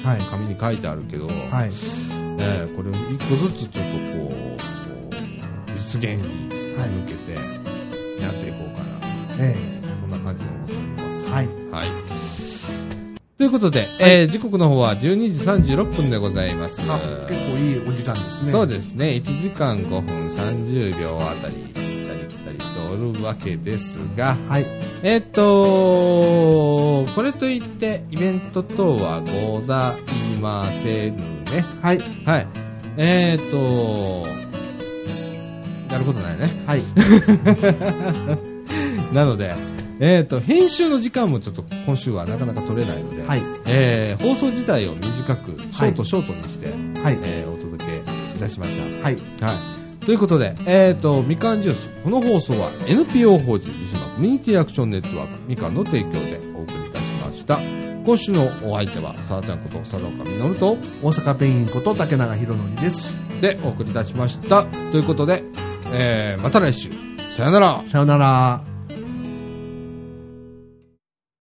はい画。紙に書いてあるけど、はい。えーこれ一個ずつちょっとこう、こう実現に向けてやっていこうかな。えそんな感じに思っておりますえ。はい。はい。ということで、えー時刻の方は12時36分でございます。あ、結構いいお時間ですね。そうす。ですね。1時間5分30秒あたり、行ったり来たりとおるわけですが、はい。えっ、とこれといって、イベント等はございませんね。はい。はい。えっ、とやることないね。はい。なので、えっ、と、編集の時間もちょっと今週はなかなか取れないので、はい。えー放送自体を短く、ショーはトショートにして、はい。えーお届けいたしましはい。た。はい。ということで、えっ、と、みかんジュース。この放送は NPO 法人三島コミュニティアクションネットワークみかんの提供でお送りいたしました。今週のお相手は、さあちゃんこと佐藤岡みのると、大阪ペンギンこと竹永宏典です。でお送りいたしました。ということで、えーまた来週。さよなら。さよなら。